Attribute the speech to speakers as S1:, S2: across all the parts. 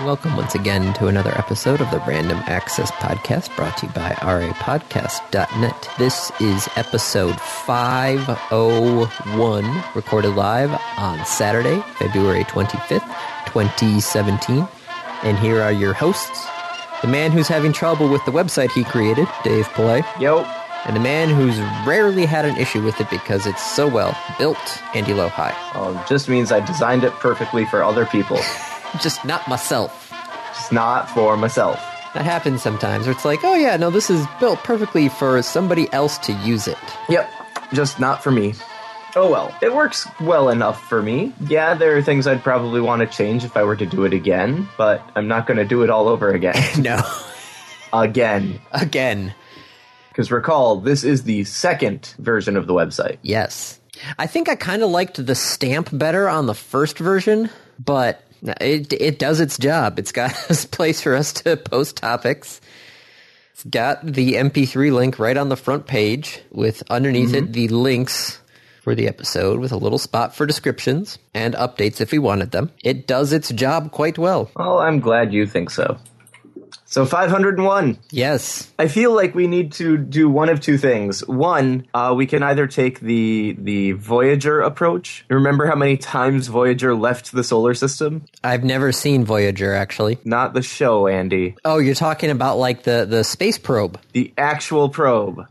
S1: Welcome once again to another episode of the Random Access Podcast brought to you by rapodcast.net. This is episode 501, recorded live on Saturday, February 25th, 2017. And here are your hosts the man who's having trouble with the website he created, Dave Pillay,
S2: Yo.
S1: and the man who's rarely had an issue with it because it's so well built, Andy Lohi.
S2: Um, just means I designed it perfectly for other people.
S1: Just not myself.
S2: It's not for myself.
S1: That happens sometimes where it's like, oh yeah, no, this is built perfectly for somebody else to use it.
S2: Yep. Just not for me. Oh well. It works well enough for me. Yeah, there are things I'd probably want to change if I were to do it again, but I'm not going to do it all over again.
S1: No.
S2: again.
S1: Again.
S2: Because recall, this is the second version of the website.
S1: Yes. I think I kind of liked the stamp better on the first version, but it it does its job. It's got a place for us to post topics. It's got the MP3 link right on the front page with underneath it the links for the episode with a little spot for descriptions and updates if we wanted them. It does its job quite well.
S2: Well, I'm glad you think so. So 501.
S1: Yes.
S2: I feel like we need to do one of two things. One, uh, we can either take the the Voyager approach. Remember how many times Voyager left the solar system?
S1: I've never seen Voyager actually.
S2: Not the show, Andy.
S1: Oh, you're talking about like the the space probe.
S2: The actual probe,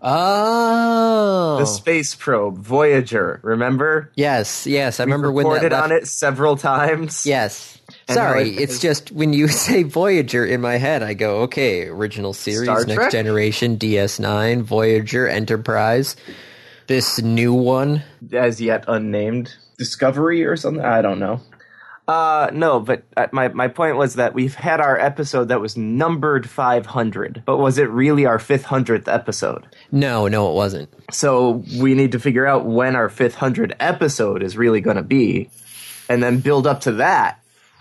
S1: Oh.
S2: the space probe, Voyager. Remember?
S1: yes, yes, I remember when that
S2: Reported
S1: left-
S2: on it several times.
S1: Yes.
S2: And how
S1: Sorry,
S2: it-
S1: it's just when you say Voyager in my head, I go, okay, original series,
S2: Star
S1: Next
S2: Trek?
S1: Generation, DS9, Voyager, Enterprise, this new one.
S2: as yet unnamed discovery or something. I don't know. Uh, no, but uh, my my point was that we've had our episode that was numbered 500, but was it really our 500th episode?
S1: No, no, it wasn't.
S2: So we need to figure out when our 500 episode is really going to be, and then build up to that,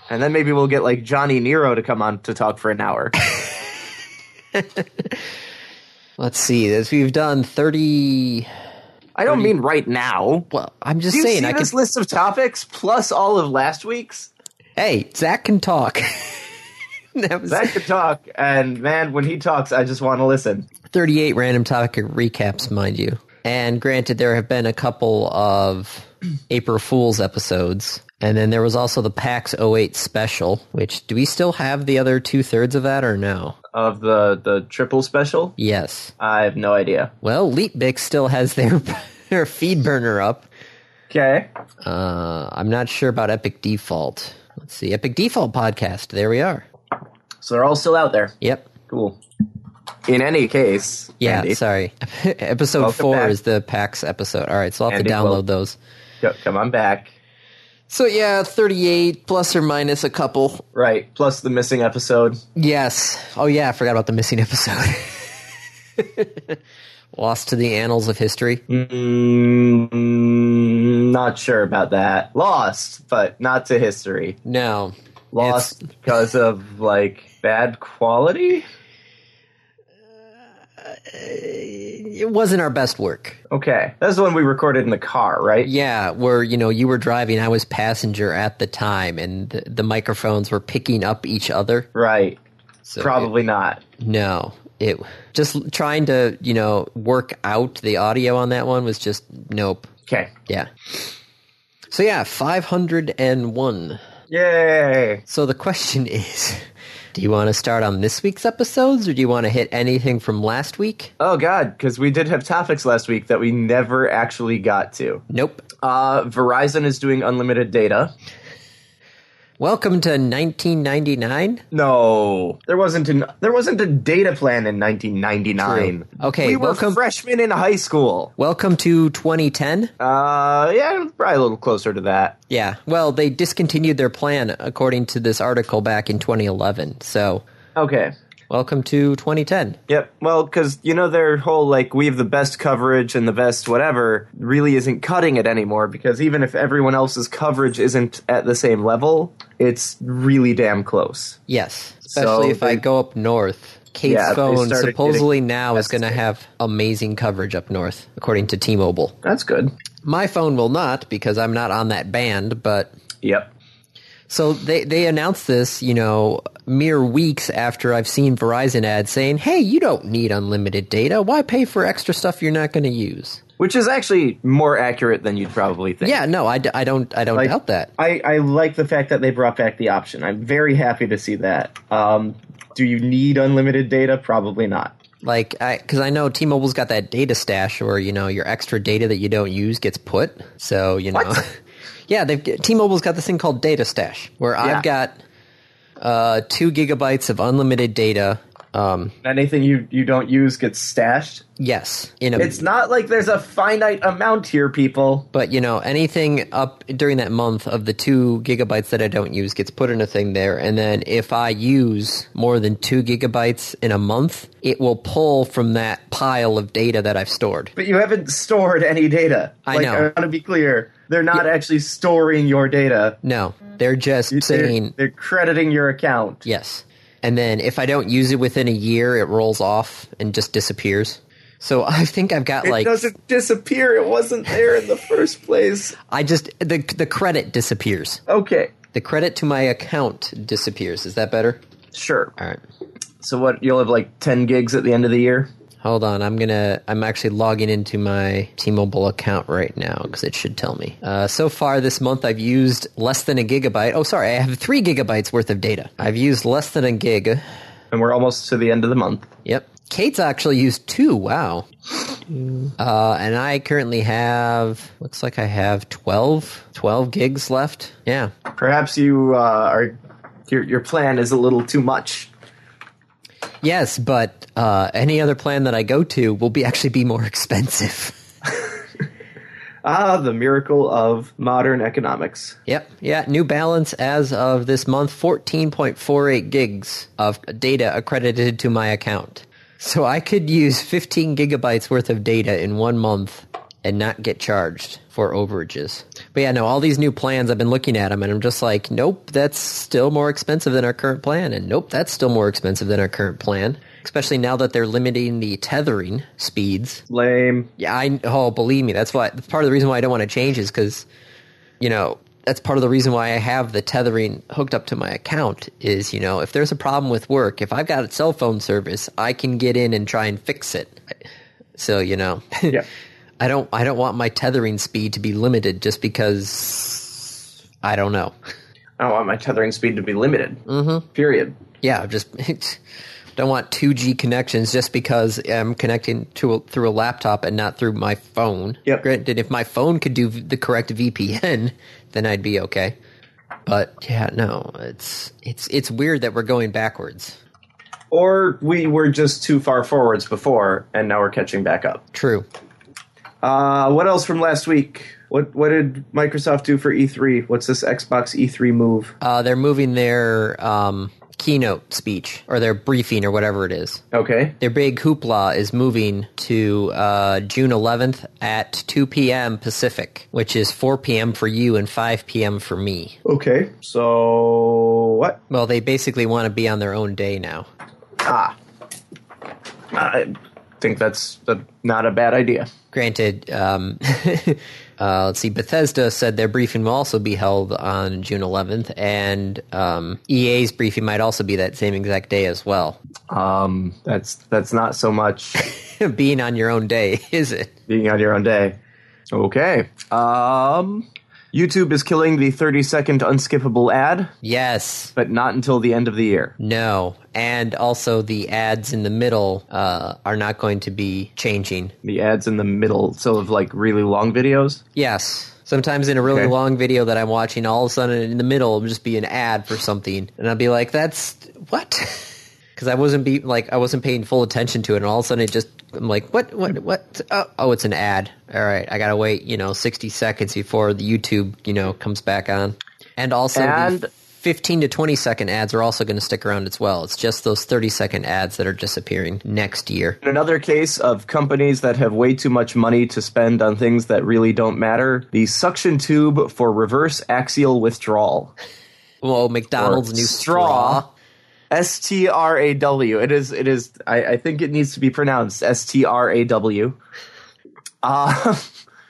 S2: and then maybe we'll get like Johnny Nero to come on to talk for an hour.
S1: Let's see. This we've done 30
S2: I don't mean right now.
S1: well, I'm just
S2: Do you
S1: saying
S2: see
S1: I can
S2: this list of topics plus all of last week's?
S1: Hey, Zach can talk. that was
S2: That could talk, and man, when he talks, I just want to listen.
S1: 38 random topic recaps, mind you. And granted, there have been a couple of April Fool's episodes. And then there was also the PAX 08 special, which do we still have the other two thirds of that or no?
S2: of the the triple special?
S1: Yes.
S2: I have no idea.
S1: Well, Leapbix still has their, their feed burner up.
S2: Okay.
S1: Uh, I'm not sure about Epic Default. Let's see. Epic Default podcast. There we are.
S2: So they're all still out there.
S1: Yep.
S2: Cool. In any case,
S1: Yeah,
S2: Andy,
S1: sorry. episode
S2: Welcome
S1: four
S2: back.
S1: is the PAX episode. All right, so I'll have to
S2: Andy,
S1: download
S2: well-
S1: those.
S2: co- come on back.
S1: So yeah, 38 plus or minus a couple.
S2: Right. Plus the missing episode.
S1: Yes. Oh yeah, I forgot about the missing episode. Lost to the annals of history.
S2: Mm, not sure about that. Lost, but not to history.
S1: No.
S2: Lost because of like bad quality.
S1: It wasn't our best work.
S2: Okay, that's the one we recorded in the car, right?
S1: Yeah, where you know, you were driving, I was passenger at the time and the, the microphones were picking up each other.
S2: Right.
S1: So it-
S2: Probably not.
S1: no. It just trying to, you know, work out the audio on that one was just nope.
S2: Okay.
S1: Yeah. So yeah, 501.
S2: Yay.
S1: So the question is, do you want to start on this week's episodes or do you want to hit anything from last week?
S2: Oh God, because we did have topics last week that we never actually got to.
S1: Nope.
S2: Uh, Verizon is doing unlimited data.
S1: Welcome to 1999.
S2: No, there wasn't an there wasn't a data plan in 1999.
S1: True. Okay,
S2: we were
S1: welcome-
S2: freshmen in high school.
S1: Welcome to 2010.
S2: Uh, yeah, probably a little closer to that.
S1: Yeah. Well, they discontinued their plan according to this article back in 2011. So,
S2: Okay.
S1: welcome to 2010.
S2: Yep. Well, because you know their whole like we have the best coverage and the best whatever really isn't cutting it anymore. Because even if everyone else's coverage isn't at the same level, it's really damn close.
S1: Yes. Especially
S2: So
S1: if I
S2: they-
S1: go up north. Kate's
S2: Yeah, they
S1: phone
S2: started
S1: supposedly
S2: getting
S1: now is going to have amazing coverage up north according to T-Mobile.
S2: That's good.
S1: My phone will not because I'm not on that band, but
S2: Yep.
S1: So they they announced this, you know, mere weeks after I've seen Verizon ads saying, "Hey, you don't need unlimited data. Why pay for extra stuff you're not going to use?"
S2: Which is actually more accurate than you'd probably think.
S1: Yeah, no, I, d- I don't I don't
S2: Like,
S1: doubt that.
S2: I, I like the fact that they brought back the option. I'm very happy to see that. Um, do you need unlimited data? Probably not.
S1: Like, I because I know T-Mobile's got that data stash where you know your extra data that you don't use gets put. So you know,
S2: What?
S1: yeah, they've T-Mobile's got this thing called data stash where
S2: Yeah.
S1: I've got uh, two gigabytes of unlimited data. Um,
S2: Anything you, you don't use gets stashed.
S1: yes, in a
S2: It's not like there's a finite amount here, people.
S1: But you know, anything up during that month of the two gigabytes that I don't use gets put in a thing there, and then if I use more than two gigabytes in a month, it will pull from that pile of data that I've stored.
S2: But you haven't stored any data.
S1: I
S2: like,
S1: know.
S2: I want to be clear. They're not actually storing your data.
S1: No, they're just
S2: They're-
S1: saying
S2: they're crediting your account.
S1: yes, and then if I don't use it within a year, it rolls off and just disappears. So I think I've got like
S2: it doesn't disappear. It wasn't there in the first place.
S1: I just the the credit disappears.
S2: Okay,
S1: The credit to my account disappears. Is that better?
S2: sure.
S1: All right.
S2: So what? You'll have like ten gigs at the end of the year.
S1: Hold on, I'm gonna. I'm actually logging into my T-Mobile account right now because it should tell me. Uh, so far this month, I've used less than a gigabyte. Oh, sorry, I have three gigabytes worth of data. I've used less than a gig.
S2: and we're almost to the end of the month.
S1: Yep. Kate's actually used two. Wow. Uh, and I currently have. Looks like I have 12, 12 gigs left. Yeah.
S2: Perhaps you uh, are your your plan is a little too much.
S1: Yes, but uh, any other plan that I go to will be actually be more expensive.
S2: Ah, the miracle of modern economics.
S1: Yep. Yeah. New Balance as of this month 14.48 gigs of data accredited to my account. So I could use 15 gigabytes worth of data in one month and not get charged for overages. But yeah, no, all these new plans, I've been looking at them and I'm just like, nope, that's still more expensive than our current plan. And nope, that's still more expensive than our current plan. Especially now that they're limiting the tethering speeds.
S2: Lame.
S1: Yeah, I oh believe me, that's why that's part of the reason why I don't want to change is because you know that's part of the reason why I have the tethering hooked up to my account is you know if there's a problem with work, if I've got a cell phone service, I can get in and try and fix it. So you know,
S2: Yeah.
S1: I don't I don't want my tethering speed to be limited just because I don't know.
S2: I don't want Oh, my tethering speed to be limited. Mm-hmm. Period.
S1: Yeah, I'm just don't want 2G connections just because I'm connecting to a, through a laptop and not through my phone.
S2: Yep.
S1: Granted, if my phone could do the correct VPN, then I'd be okay. But yeah, no, it's it's it's weird that we're going backwards.
S2: Or we were just too far forwards before, and now we're catching back up.
S1: True.
S2: Uh, what else from last week? What what did Microsoft do for E3? What's this Xbox E3 move?
S1: Uh, they're moving their um, keynote speech or their briefing or whatever it is.
S2: Okay.
S1: Their big hoopla is moving to uh, June 11th at 2 p.m. Pacific, which is 4 p.m. for you and 5 p.m. for me.
S2: Okay. So what?
S1: Well, they basically want to be on their own day now.
S2: Ah. I think that's uh, not a bad idea.
S1: Granted, um, uh, let's see, Bethesda said their briefing will also be held on June 11th, and um, EA's briefing might also be that same exact day as well.
S2: Um, that's that's not so much
S1: Being on your own day, is it?
S2: being on your own day. Okay. Um, YouTube is killing the 30 second unskippable ad,
S1: Yes.
S2: but not until the end of the year.
S1: No, and also the ads in the middle uh, are not going to be changing.
S2: The ads in the middle, so of like really long videos.
S1: Yes, sometimes in a really
S2: Okay.
S1: long video that I'm watching, all of a sudden in the middle will just be an ad for something, and I'll be like, "That's what." Because I wasn't be like I wasn't paying full attention to it, and all of a sudden it just I'm like, "What? What? What? Oh, oh it's an ad. All right, I gotta wait, you know, sixty seconds before the YouTube, you know, comes back on." And also, the
S2: And-
S1: fifteen to twenty second ads are also going to stick around as well. It's just those thirty second ads that are disappearing next year.
S2: Another case of companies that have way too much money to spend on things that really don't matter the suction tube for reverse axial withdrawal.
S1: Well, McDonald's new
S2: straw.
S1: straw.
S2: S T R A W. It is. It is. I, I think it needs to be pronounced S T R A W. Uh,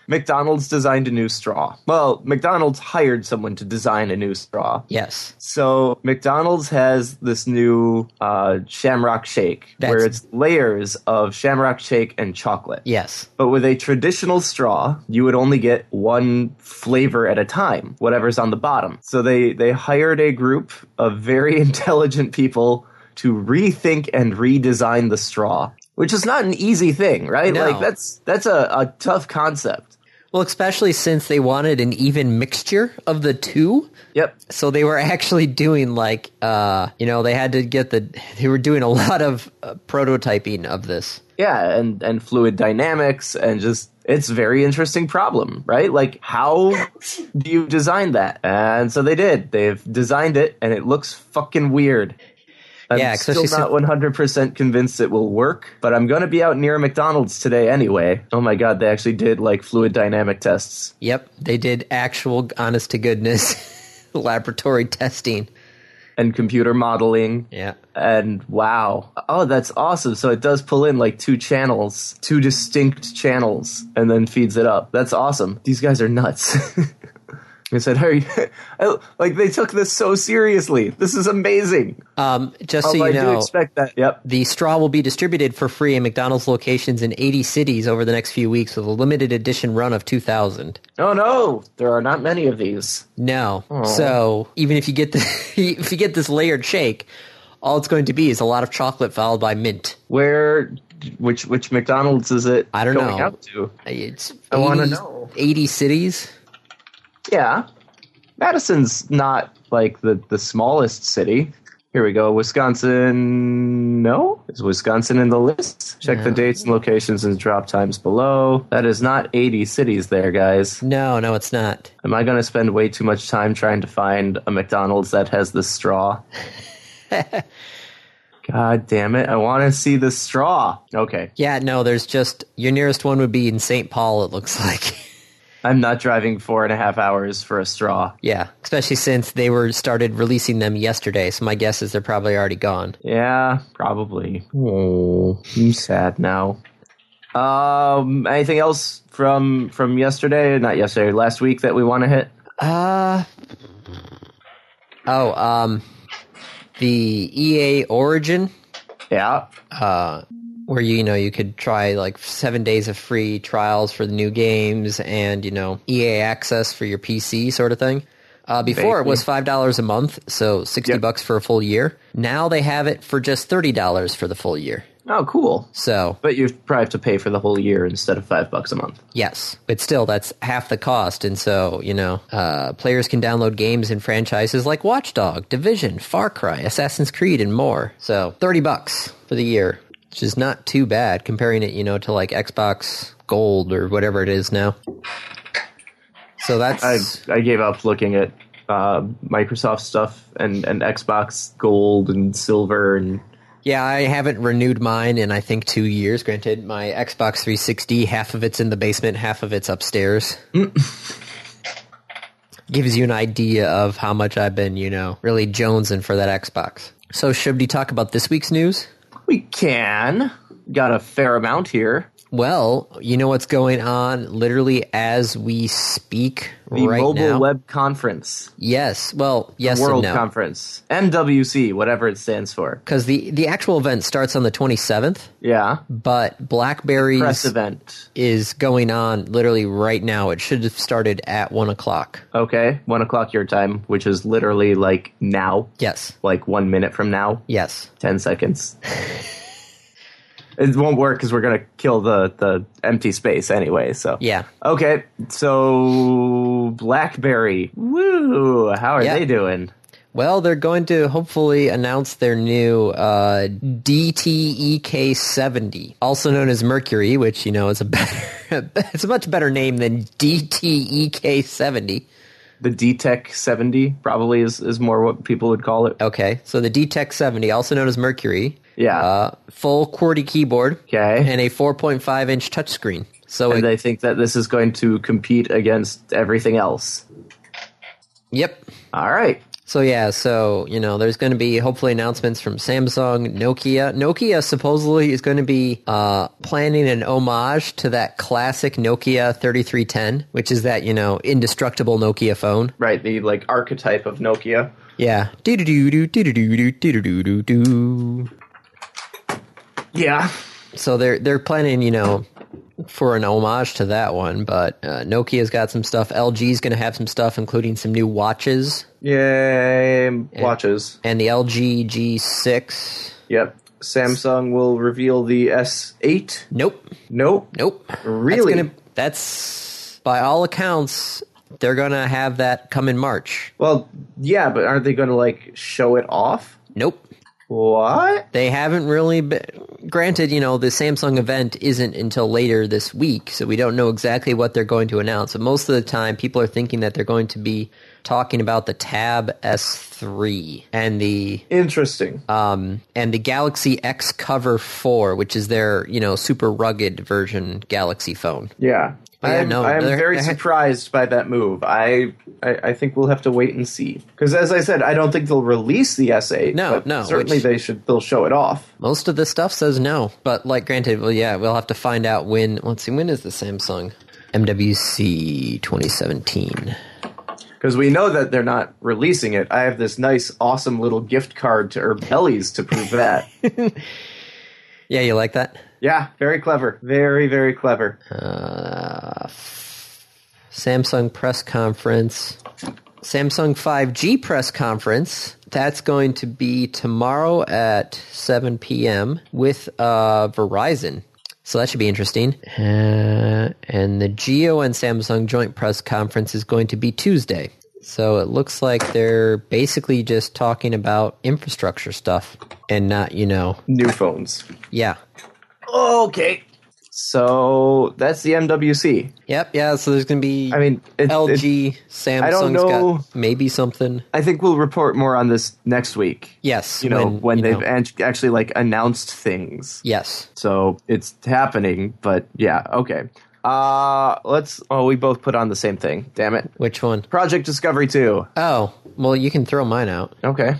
S2: McDonald's designed a new straw. Well, McDonald's hired someone to design a new straw.
S1: Yes.
S2: So McDonald's has this new uh, Shamrock Shake,
S1: That's-
S2: where it's layers of Shamrock Shake and chocolate.
S1: Yes.
S2: But with a traditional straw, you would only get one flavor at a time, whatever's on the bottom. So they, they hired a group of very intelligent people to rethink and redesign the straw, which is not an easy thing, right?
S1: No.
S2: Like that's that's a, a tough concept.
S1: Well, especially since they wanted an even mixture of the two.
S2: Yep.
S1: So they were actually doing like, uh, you know, they had to get the, they were doing a lot of uh, prototyping of this.
S2: Yeah, and and fluid dynamics and just it's a very interesting problem, right? Like how do you design that? And so they did. They've designed it and it looks fucking weird. I'm
S1: Yeah,
S2: still
S1: especially
S2: not 100% convinced it will work, but I'm going to be out near McDonald's today anyway. Oh my god, they actually did like fluid dynamic tests.
S1: Yep. They did actual honest to goodness laboratory testing.
S2: and computer modeling.
S1: Yeah.
S2: And wow. Oh, that's awesome. So it does pull in like two channels, two distinct channels, and then feeds it up. That's awesome. These guys are nuts. I said, "Are you I- like they took this so seriously? This is amazing."
S1: Um, just so
S2: Although
S1: you
S2: I do
S1: know,
S2: expect that. Yep.
S1: the straw will be distributed for free in McDonald's locations in 80 cities over the next few weeks with a limited edition run of 2,000.
S2: Oh no, there are not many of these.
S1: No.
S2: Oh.
S1: So even if you get the if you get this layered shake, all it's going to be is a lot of chocolate followed by mint.
S2: Where, which which McDonald's is it?
S1: I don't
S2: going
S1: know.
S2: Out to?
S1: It's
S2: I wanna
S1: 80
S2: know.
S1: 80 cities.
S2: Yeah. Madison's not like the, the smallest city. Here we go. Wisconsin. No? Is Wisconsin in the list? Check the dates and locations and drop times below. That is not 80 cities there, guys.
S1: No, no, it's not.
S2: Am I going to spend way too much time trying to find a McDonald's that has this straw? God damn it. I want to see the straw. Okay.
S1: Yeah, no, there's just your nearest one would be in St. Paul. It looks like.
S2: I'm not driving four and a half hours for a straw.
S1: yeah, especially since they were started releasing them yesterday. So my guess is they're probably already gone.
S2: Yeah, probably. Oh, I'm sad now. Um, anything else from from yesterday? Not yesterday, last week that we want to hit.
S1: Uh oh. Um, the EA Origin
S2: Yeah,
S1: uh, where you, you know you could try like seven days of free trials for the new games and you know EA access for your PC sort of thing. Uh, before it was five dollars a month, so sixty
S2: Yep.
S1: bucks for a full year. Now they have it for just thirty dollars for the full year.
S2: oh, cool.
S1: So
S2: But you probably have to pay for the whole year instead of five bucks a month.
S1: yes, but still that's half the cost. And so you know, uh, players can download games and franchises like Watchdog, Division, Far Cry, Assassin's Creed, and more. So thirty bucks for the year, which is not too bad comparing it, you know, to like Xbox Gold or whatever it is now. So that's
S2: I I gave up looking at uh, Microsoft stuff and and Xbox Gold and Silver and
S1: yeah. I haven't renewed mine in I think two years. Granted, my Xbox 360 half of it's in the basement, half of it's upstairs. Gives you an idea of how much I've been, you know, really jonesing for that Xbox. So, should we talk about this week's news?
S2: we can got a fair amount here.
S1: Well, you know what's going on literally as we speak
S2: The
S1: right
S2: Mobile
S1: now.
S2: Web Conference,
S1: yes. Well, yes
S2: World
S1: and no.
S2: Conference, MWC, whatever it stands for.
S1: Because the, the actual event starts on the 27th,
S2: Yeah,
S1: but
S2: press
S1: Blackberry's
S2: event.
S1: is going on literally right now. It should have started at 1 o'clock.
S2: Okay, one o'clock your time, which is literally like now,
S1: Yes.
S2: like one minute from now,
S1: Yes.
S2: ten seconds. it won't work because we're gonna kill the the empty space anyway. So
S1: Yeah.
S2: Okay, so BlackBerry, woo! How are
S1: Yeah.
S2: they doing?
S1: Well, they're going to hopefully announce their new uh, DTEK70, also known as Mercury, which you know is a better, it's a much better name than E DTEK70.
S2: The DTEC seventy probably is is more what people would call it.
S1: Okay, so the DTEC70, also known as Mercury,
S2: Yeah.
S1: uh, full QWERTY keyboard,
S2: Okay.
S1: and a 4.5 inch touchscreen. So it,
S2: and they think that this is going to compete against everything else.
S1: yep,
S2: All right.
S1: So yeah, so you know, there's going to be hopefully announcements from Samsung, Nokia. Nokia supposedly is going to be uh, planning an homage to that classic Nokia 3310, which is that you know indestructible Nokia phone.
S2: Right, the like archetype of Nokia.
S1: Yeah, do do do do do do do do do do.
S2: Yeah.
S1: So they're they're planning, you know, for an homage to that one. But uh, Nokia's got some stuff. LG's going to have some stuff, including some new watches
S2: Yay, watches.
S1: and the LG G6.
S2: Yep. Samsung will reveal the S8.
S1: Nope,
S2: Nope.
S1: nope.
S2: Really?
S1: That's, gonna, that's by all accounts. They're going to have that come in March.
S2: Well, yeah, but aren't they going to like show it off?
S1: Nope.
S2: What?
S1: They haven't really been. Granted, you know, the Samsung event isn't until later this week, so we don't know exactly what they're going to announce. But most of the time, people are thinking that they're going to be talking about the Tab S3 and the
S2: Interesting.
S1: um, and the Galaxy X Cover 4, which is their, you know, super rugged version Galaxy phone.
S2: yeah.
S1: Oh, yeah,
S2: I'm,
S1: no,
S2: I'm
S1: they're-
S2: very
S1: they're-
S2: surprised by that move. I, I I think we'll have to wait and see. Because as I said, I don't think they'll release the S8.
S1: No,
S2: but
S1: no,
S2: Certainly,
S1: which-
S2: they should. They'll show it off.
S1: Most of the stuff says no, but like granted, well, yeah, we'll have to find out when. Let's see, when is the Samsung MWC 2017?
S2: Because we know that they're not releasing it. I have this nice, awesome little gift card to Herbellies to prove that.
S1: Yeah, you like that?
S2: yeah, very clever. Very, very clever.
S1: Samsung press conference, Samsung 5G press conference. That's going to be tomorrow at 7 p.m. with uh, Verizon. So that should be interesting. Uh, and the Geo and Samsung joint press conference is going to be Tuesday. So it looks like they're basically just talking about infrastructure stuff and not, you know,
S2: New phones.
S1: yeah.
S2: Okay. So that's the MWC.
S1: Yep, yeah, so there's going to be
S2: I mean, it, it-
S1: LG, Samsung's
S2: don't know.
S1: got maybe something.
S2: I think we'll report more on this next week.
S1: Yes,
S2: You know, when,
S1: you
S2: they've
S1: know.
S2: act- actually like announced things.
S1: yes,
S2: So it's happening, but yeah, okay. Uh let's oh we both put on the same thing. Damn it.
S1: which one?
S2: Project Discovery 2.
S1: Oh, well, you can throw mine out.
S2: Okay.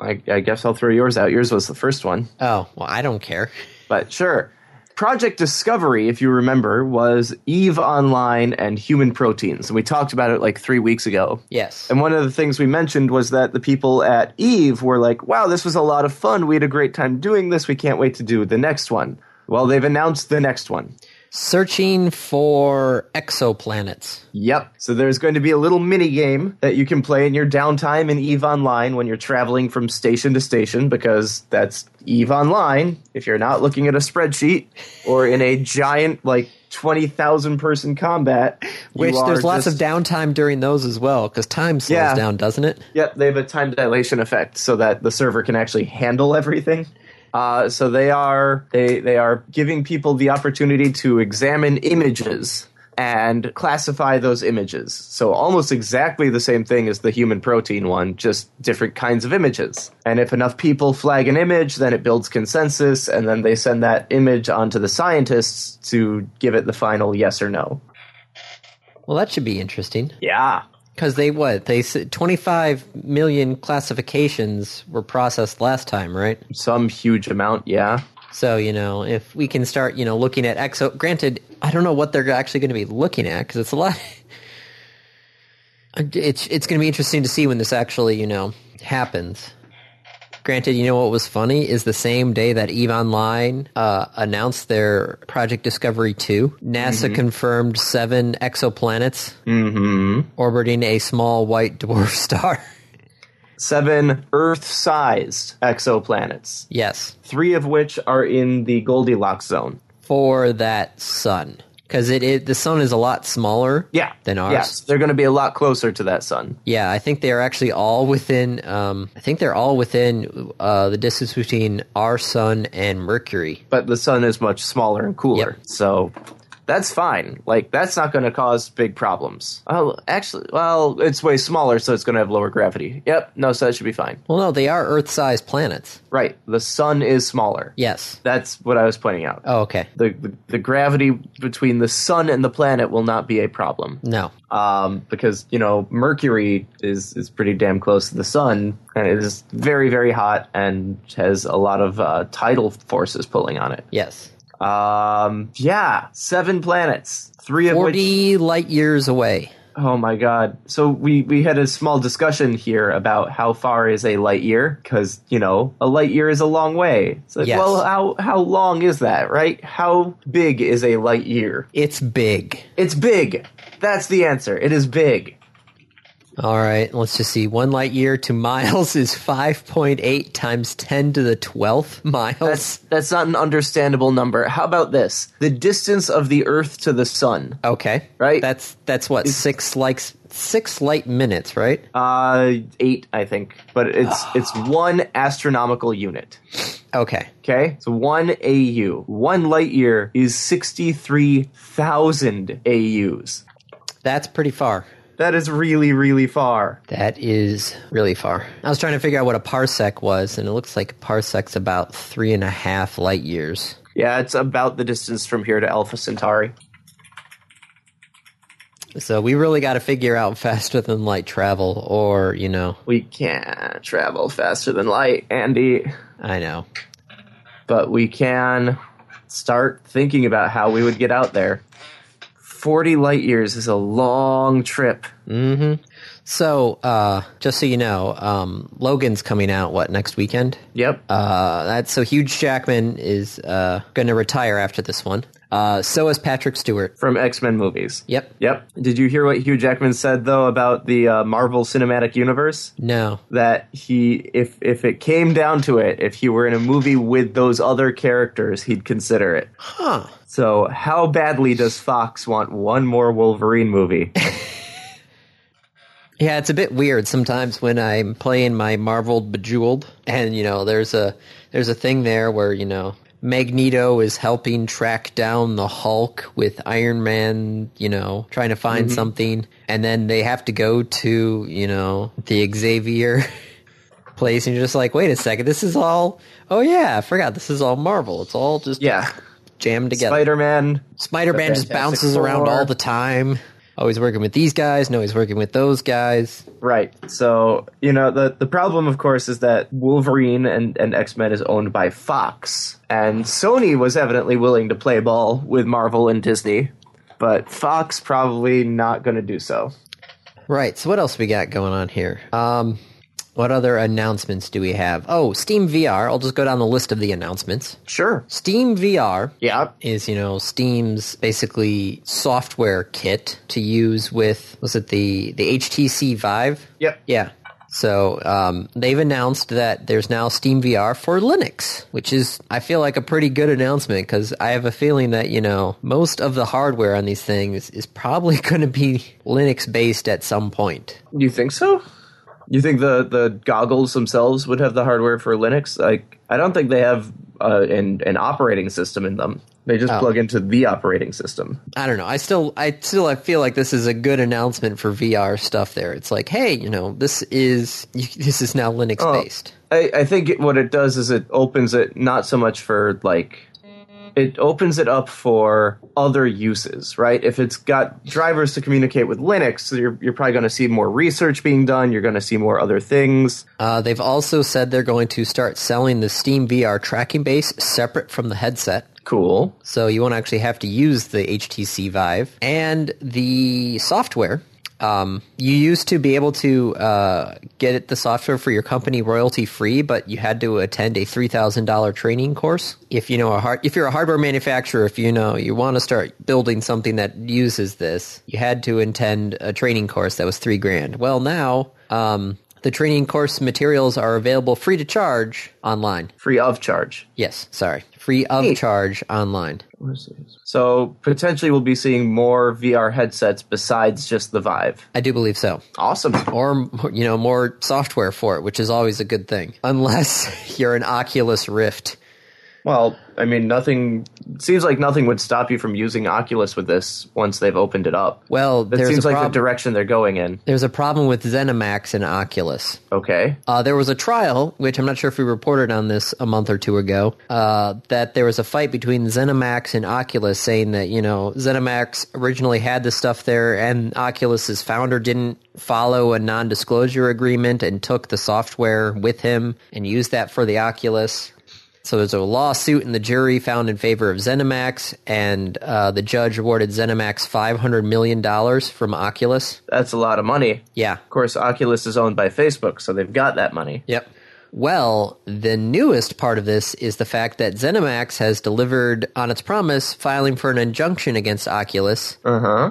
S2: I, I guess I'll throw yours out. Yours was the first one.
S1: Oh, well, I don't care.
S2: But sure. Project Discovery, if you remember, was Eve Online and Human Proteins. And we talked about it like three weeks ago.
S1: Yes,
S2: And one of the things we mentioned was that the people at Eve were like, wow, this was a lot of fun. We had a great time doing this. We can't wait to do the next one. Well, they've announced the next one.
S1: searching for exoplanets.
S2: Yep. So there's going to be a little mini game that you can play in your downtime in Eve Online when you're traveling from station to station because that's Eve Online if you're not looking at a spreadsheet or in a giant like 20,000 person combat. you
S1: Which
S2: are
S1: there's lots
S2: just-
S1: of downtime during those as well, because time slows
S2: Yeah.
S1: down, doesn't it?
S2: Yep, they have a time dilation effect so that the server can actually handle everything. Uh, so they are they they are giving people the opportunity to examine images and classify those images. So almost exactly the same thing as the human protein one, just different kinds of images. And if enough people flag an image, then it builds consensus and then they send that image onto the scientists to give it the final yes or no.
S1: Well, that should be interesting,
S2: Yeah.
S1: because they what they s- 25 million classifications were processed last time, right?
S2: Some huge amount, yeah.
S1: So you know, if we can start, you know, looking at exo. Granted, I don't know what they're actually going to be looking at because it's a lot. It's it's going to be interesting to see when this actually, you know, happens. Granted, you know what was funny is the same day that Eve Online uh, announced their Project Discovery Two, NASA confirmed seven exoplanets orbiting a small white dwarf star.
S2: seven Earth sized exoplanets,
S1: yes,
S2: three of which are in the Goldilocks zone.
S1: for that sun because it, it the sun is a lot smaller
S2: Yeah.
S1: than ours
S2: Yes, they're going to be a lot closer to that sun.
S1: yeah i think they're actually all within um, i think they're all within uh, the distance between our sun and mercury
S2: But the sun is much smaller and cooler.
S1: Yep.
S2: So that's fine. Like that's not going to cause big problems. Oh, actually, well, it's way smaller, so it's going to have lower gravity. Yep. No, so that should be fine.
S1: Well, no, they are Earth-sized planets.
S2: Right. The sun is smaller.
S1: Yes.
S2: That's what I was pointing out.
S1: Oh, okay.
S2: The, the the gravity between the sun and the planet will not be a problem.
S1: No.
S2: Um, because you know Mercury is is pretty damn close to the sun, and it is very very hot and has a lot of uh, tidal forces pulling on it.
S1: Yes.
S2: Um, yeah, seven planets, three of which.
S1: Forty light years away.
S2: Oh my god! So we we had a small discussion here about how far is a light year because you know a light year is a long way. It's like,
S1: Yes.
S2: well, how how long is that, right? How big is a light year?
S1: It's big.
S2: It's big. That's the answer. It is big.
S1: All right, let's just see. One light year to miles is 5.8 times 10 to the 12th miles.
S2: That's that's not an understandable number. How about this? The distance of the Earth to the Sun.
S1: okay.
S2: Right.
S1: That's that's what 6 like 6 light minutes, right?
S2: Uh, eight, I think, but it's it's one astronomical unit.
S1: Okay.
S2: Okay, so one AU, one light year is sixty-three thousand AUs.
S1: That's pretty far.
S2: That is really, really far.
S1: That is really far. I was trying to figure out what a parsec was, and it looks like a parsec's about three and a half light years.
S2: Yeah, it's about the distance from here to Alpha Centauri.
S1: So we really got to figure out faster than light travel, or, you know,
S2: We can't travel faster than light, Andy,
S1: I know.
S2: but we can start thinking about how we would get out there. Forty light years is a long trip.
S1: So, uh, just so you know, um, Logan's coming out, what, next weekend?
S2: Yep.
S1: Uh, that's so Hugh Jackman is uh, going to retire after this one. Uh, so is Patrick Stewart.
S2: from X Men movies.
S1: Yep.
S2: Yep. Did you hear what Hugh Jackman said though about the uh, Marvel Cinematic Universe?
S1: No.
S2: That he, if if it came down to it, if he were in a movie with those other characters, he'd consider it.
S1: Huh.
S2: So, how badly does Fox want one more Wolverine movie?
S1: Yeah, it's a bit weird sometimes when I'm playing my Marveled Bejeweled, and you know, there's a there's a thing there where you know Magneto is helping track down the Hulk with Iron Man, you know, trying to find
S2: Mm-hmm.
S1: something, and then they have to go to you know the Xavier place, and you're just like, wait a second, this is all. Oh yeah, I forgot this is all Marvel. It's all just
S2: yeah,
S1: jammed together.
S2: Spider Man.
S1: Spider Man just
S2: Fantastic
S1: bounces around
S2: Four.
S1: all the time. Always working with these guys. No, he's working with those guys.
S2: Right. So, you know, the, the problem, of course, is that Wolverine and, and X Men is owned by Fox. And Sony was evidently willing to play ball with Marvel and Disney, but Fox probably not going to do so.
S1: Right. So what else we got going on here? Um, what other announcements do we have? Oh, Steam VR. I'll just go down the list of the announcements.
S2: Sure.
S1: Steam VR
S2: Yeah.
S1: is, you know, Steam's basically software kit to use with was it the the HTC Vive?
S2: Yep.
S1: Yeah. So um, they've announced that there's now Steam VR for Linux, which is I feel like a pretty good announcement because I have a feeling that you know most of the hardware on these things is probably going to be Linux based at some point.
S2: You think so? You think the, the goggles themselves would have the hardware for Linux? Like, I don't think they have uh, an, an operating system in them. They just plug into the operating system.
S1: I don't know. I still, I still, I feel like this is a good announcement for VR stuff. There, it's like, hey, you know, this is you, this is now Linux based.
S2: I, I think it, what it does is it opens it not so much for like it opens it up for other uses, right? If it's got drivers to communicate with Linux, so you're you're probably going to see more research being done. You're going to see more other things.
S1: Uh, they've also said they're going to start selling the Steam VR tracking base separate from the headset.
S2: Cool.
S1: So you won't actually have to use the HTC Vive and the software. Um, you used to be able to uh, get the software for your company royalty free, but you had to attend a three thousand dollar training course. If you know a hard, if you're a hardware manufacturer, if you know you want to start building something that uses this, you had to attend a training course that was three grand. Well, now um, the training course materials are available free to charge online.
S2: Free of charge.
S1: Yes, sorry, free of charge online.
S2: So potentially we'll be seeing more VR headsets besides just the Vive.
S1: I do believe so.
S2: Awesome.
S1: Or you know more software for it, which is always a good thing. Unless you're an Oculus Rift.
S2: Well, I mean, nothing seems like nothing would stop you from using Oculus with this once they've opened it up.
S1: Well,
S2: that
S1: there's
S2: seems
S1: a
S2: like
S1: prob-
S2: the direction they're going in.
S1: There's a problem with ZeniMax and Oculus.
S2: Okay.
S1: Uh, there was a trial, which I'm not sure if we reported on this a month or two ago, uh, that there was a fight between ZeniMax and Oculus, saying that you know ZeniMax originally had the stuff there, and Oculus's founder didn't follow a non-disclosure agreement and took the software with him and used that for the Oculus. So there's a lawsuit, and the jury found in favor of ZeniMax, and uh, the judge awarded ZeniMax 500 million dollars from Oculus.
S2: That's a lot of money.
S1: Yeah,
S2: Of course, Oculus is owned by Facebook, so they've got that money.
S1: Yep. Well, the newest part of this is the fact that ZeniMax has delivered on its promise, filing for an injunction against Oculus,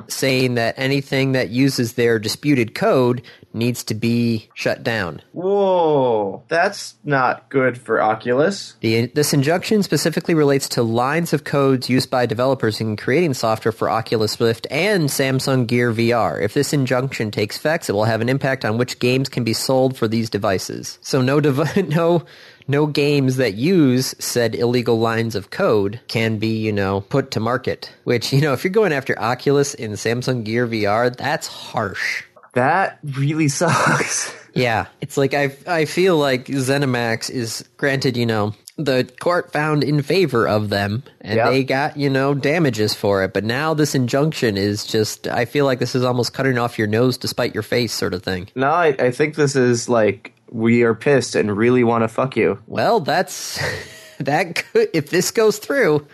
S1: saying that anything that uses their disputed code needs to be shut down.
S2: Whoa, that's not good for Oculus.
S1: The, this injunction specifically relates to lines of codes used by developers in creating software for Oculus Rift and Samsung Gear VR. If this injunction takes effect, it will have an impact on which games can be sold for these devices. So no dev- no no games that use said illegal lines of code can be, you know, put to market. Which, you know, if you're going after Oculus and Samsung Gear VR, that's harsh.
S2: That really sucks.
S1: Yeah, it's like I I feel like ZeniMax is granted, you know, the court found in favor of them, and
S2: Yeah.
S1: they got you know damages for it. But now this injunction is just I feel like this is almost cutting off your nose to spite your face, sort of thing.
S2: no, I, I think this is like we are pissed and really want to fuck you.
S1: Well, that's that could if this goes through.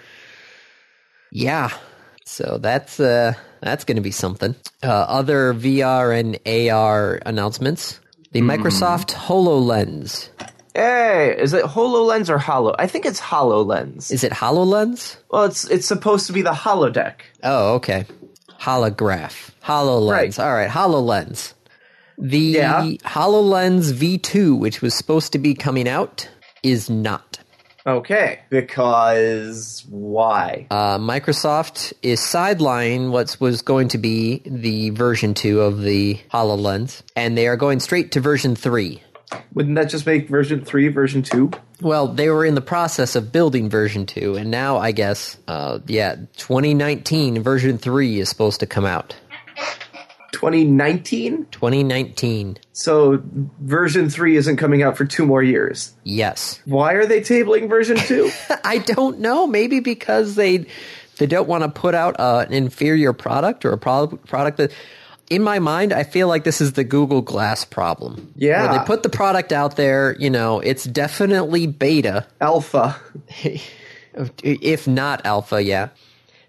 S1: Yeah. So that's uh that's going to be something. Uh, other VR and AR announcements. The Microsoft HoloLens.
S2: Hey, is it Hololens or Hollow? I think it's Hololens.
S1: Is it HoloLens?
S2: well, it's it's supposed to be the holodeck.
S1: Oh, okay. Holograph. HoloLens.
S2: Right.
S1: All right, HoloLens. The
S2: Yeah.
S1: HoloLens V2, which was supposed to be coming out, is not.
S2: Okay. Because why?
S1: Uh, Microsoft is sidelining what was going to be the version 2 of the HoloLens, and they are going straight to version 3.
S2: Wouldn't that just make version three, version two?
S1: Well, they were in the process of building version 2, and now I guess, uh, yeah, 2019 version 3 is supposed to come out.
S2: 2019?
S1: 2019,
S2: So version three isn't coming out for two more years.
S1: yes.
S2: Why are they tabling version two?
S1: I don't know. Maybe because they they don't want to put out uh, an inferior product or a pro- product that. In my mind, I feel like this is the Google Glass problem.
S2: Yeah.
S1: where they put the product out there. You know, it's definitely beta,
S2: Alpha.
S1: if not alpha. Yeah,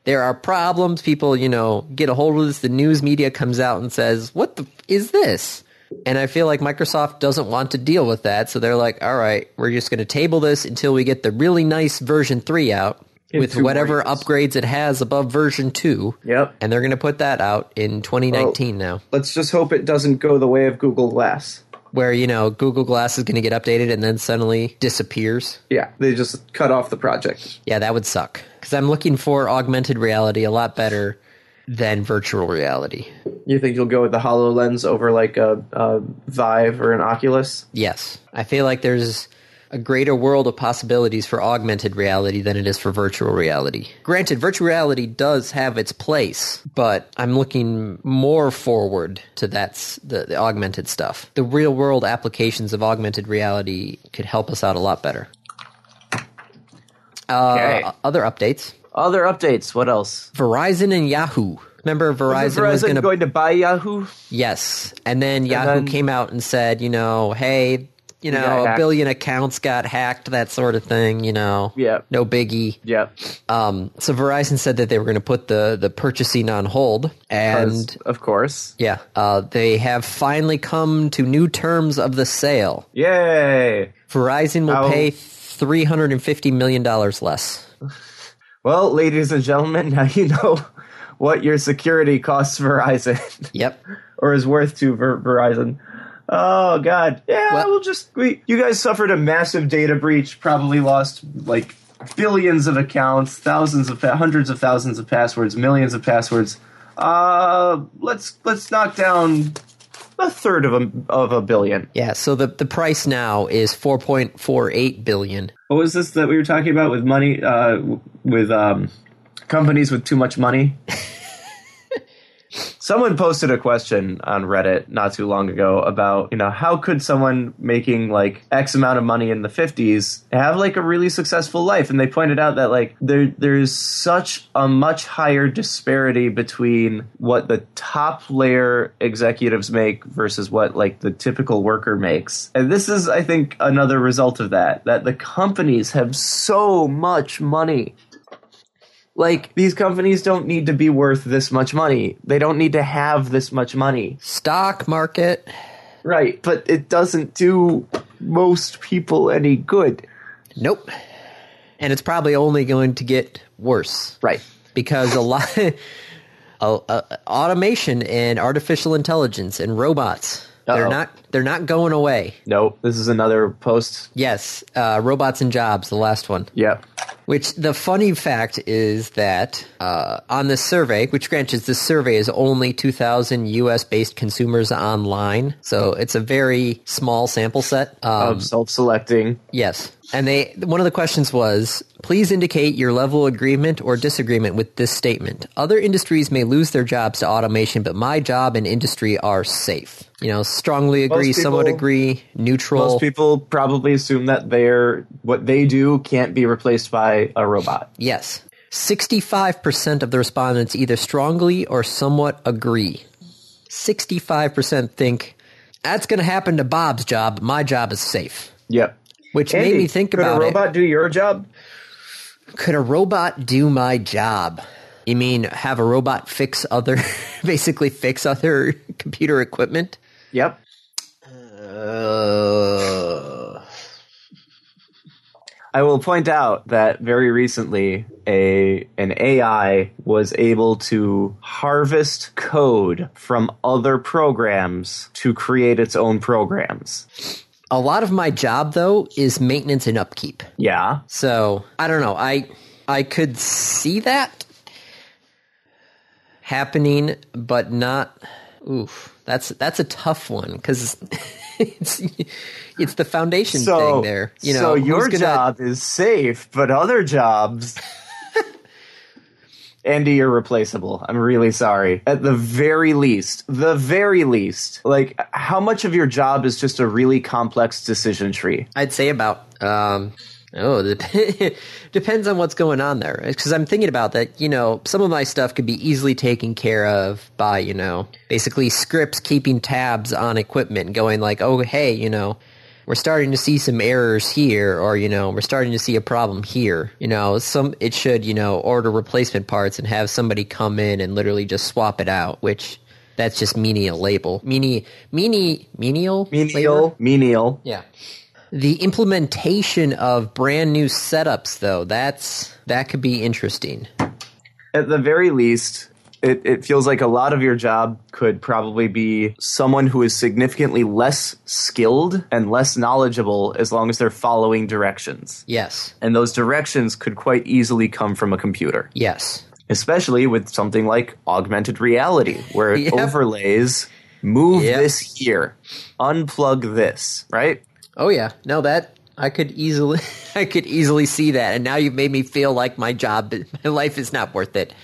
S1: there are problems. People, you know, get a hold of this. The news media comes out and says, "What the f- is this?" And I feel like Microsoft doesn't want to deal with that, so they're like, "All right, we're just going to table this until we get the really nice version three out." with
S2: two more
S1: whatever
S2: years.
S1: upgrades it has above version 2.
S2: Yep. Oh.
S1: And they're going to put that out in 2019 now,
S2: Let's just hope it doesn't go the way of Google Glass.
S1: where, you know, Google Glass is going to get updated and then suddenly disappears.
S2: Yeah, they just cut off the project.
S1: Yeah, that would suck. Because I'm looking for augmented reality a lot better than virtual reality.
S2: You think you'll go with the HoloLens over like a, a Vive or an Oculus?
S1: Yes. I feel like there's a greater world of possibilities for augmented reality than it is for virtual reality. Granted, virtual reality does have its place, but I'm looking more forward to that's the, the augmented stuff. The real world applications of augmented reality could help us out a lot better. Uh,
S2: Okay.
S1: Other updates:
S2: Other updates. What else?
S1: Verizon and Yahoo. Remember, Verizon,
S2: Is
S1: was
S2: Verizon
S1: going to
S2: going to buy Yahoo?
S1: Yes, and then Yahoo
S2: then-
S1: came out and said, you know, hey, you know,
S2: got
S1: a
S2: hacked.
S1: billion accounts got hacked, that sort of thing. You know,
S2: Yeah.
S1: no biggie.
S2: Yeah,
S1: Um, so Verizon said that they were going to put the the purchasing on hold, and
S2: of course.
S1: yeah, uh, they have finally come to new terms of the sale.
S2: Yay!
S1: Verizon will
S2: How-
S1: pay three hundred and fifty million dollars less.
S2: Well, ladies and gentlemen, now you know what your security costs Verizon
S1: Yep.
S2: or is worth to Ver- Verizon. Oh God! Yeah,
S1: Well-
S2: we'll just we, you guys suffered a massive data breach. Probably lost like billions of accounts, thousands of pa- hundreds of thousands of passwords, millions of passwords. Uh, let's let's knock down. a third of a of a billion.
S1: Yeah, so the the price now is 4.48 billion.
S2: What was this that we were talking about with money uh, w- with um, companies with too much money? someone posted a question on Reddit not too long ago about you know how could someone making like X amount of money in the 50s have like a really successful life, and they pointed out that like there there's such a much higher disparity between what the top layer executives make versus what like the typical worker makes, and this is I think another result of that that the companies have so much money like these companies don't need to be worth this much money. They don't need to have this much money.
S1: Stock market.
S2: Right, but it doesn't do most people any good.
S1: Nope. And it's probably only going to get worse.
S2: Right.
S1: because a lot a, a, automation and artificial intelligence and robots
S2: Uh-oh.
S1: they're not they're not going away.
S2: Nope. This is another post.
S1: Yes, uh, robots and jobs, the last one.
S2: Yep.
S1: Which the funny fact is that uh, on this survey, which granted this survey is only 2,000 U.S. based consumers online, so it's a very small sample set. Um,
S2: Of self-selecting.
S1: Yes. And they one of the questions was, please indicate your level of agreement or disagreement with this statement. Other industries may lose their jobs to automation, but my job and industry are safe. You know, strongly agree,
S2: people-
S1: somewhat agree, neutral.
S2: Most people probably assume that their what they do can't be replaced by a robot.
S1: yes. 65% of the respondents either strongly or somewhat agree. 65% think that's going to happen to Bob's job, but my job is safe.
S2: Yep.
S1: Which
S2: Andy,
S1: made me think
S2: could
S1: about
S2: a
S1: it.
S2: robot do your job?
S1: could a robot do my job? You mean have a robot fix other, basically fix other computer equipment?
S2: Yep.
S1: Uh,
S2: I will point out that very recently a an AI was able to harvest code from other programs to create its own programs.
S1: a lot of my job though is maintenance and upkeep.
S2: Yeah.
S1: So I don't know. I I could see that happening, but not. Oof, that's that's a tough one because it's it's the foundation
S2: So
S1: thing there. You know,
S2: so
S1: who's
S2: your
S1: gonna-
S2: job is safe, but other jobs Andy, you're replaceable. I'm really sorry. At the very least, the very least, like how much of your job is just a really complex decision tree?
S1: I'd say about um oh dep- depends on what's going on there because I'm thinking about that you know some of my stuff could be easily taken care of by you know basically scripts keeping tabs on equipment going like oh hey you know we're starting to see some errors here or you know we're starting to see a problem here you know some it should you know order replacement parts and have somebody come in and literally just swap it out which that's just menial label meanie meanie menial labor?
S2: Menial, menial.
S1: Yeah. The implementation of brand new setups though, that's that could be interesting.
S2: at the very least, it, it feels like a lot of your job could probably be someone who is significantly less skilled and less knowledgeable as long as they're following directions.
S1: Yes.
S2: And those directions could quite easily come from a computer,
S1: Yes.
S2: especially with something like augmented reality, where it
S1: Yep.
S2: overlays move
S1: Yep.
S2: this here, unplug this, right?
S1: Oh yeah. No, that I could easily I could easily see that and now you've made me feel like my job my life is not worth it.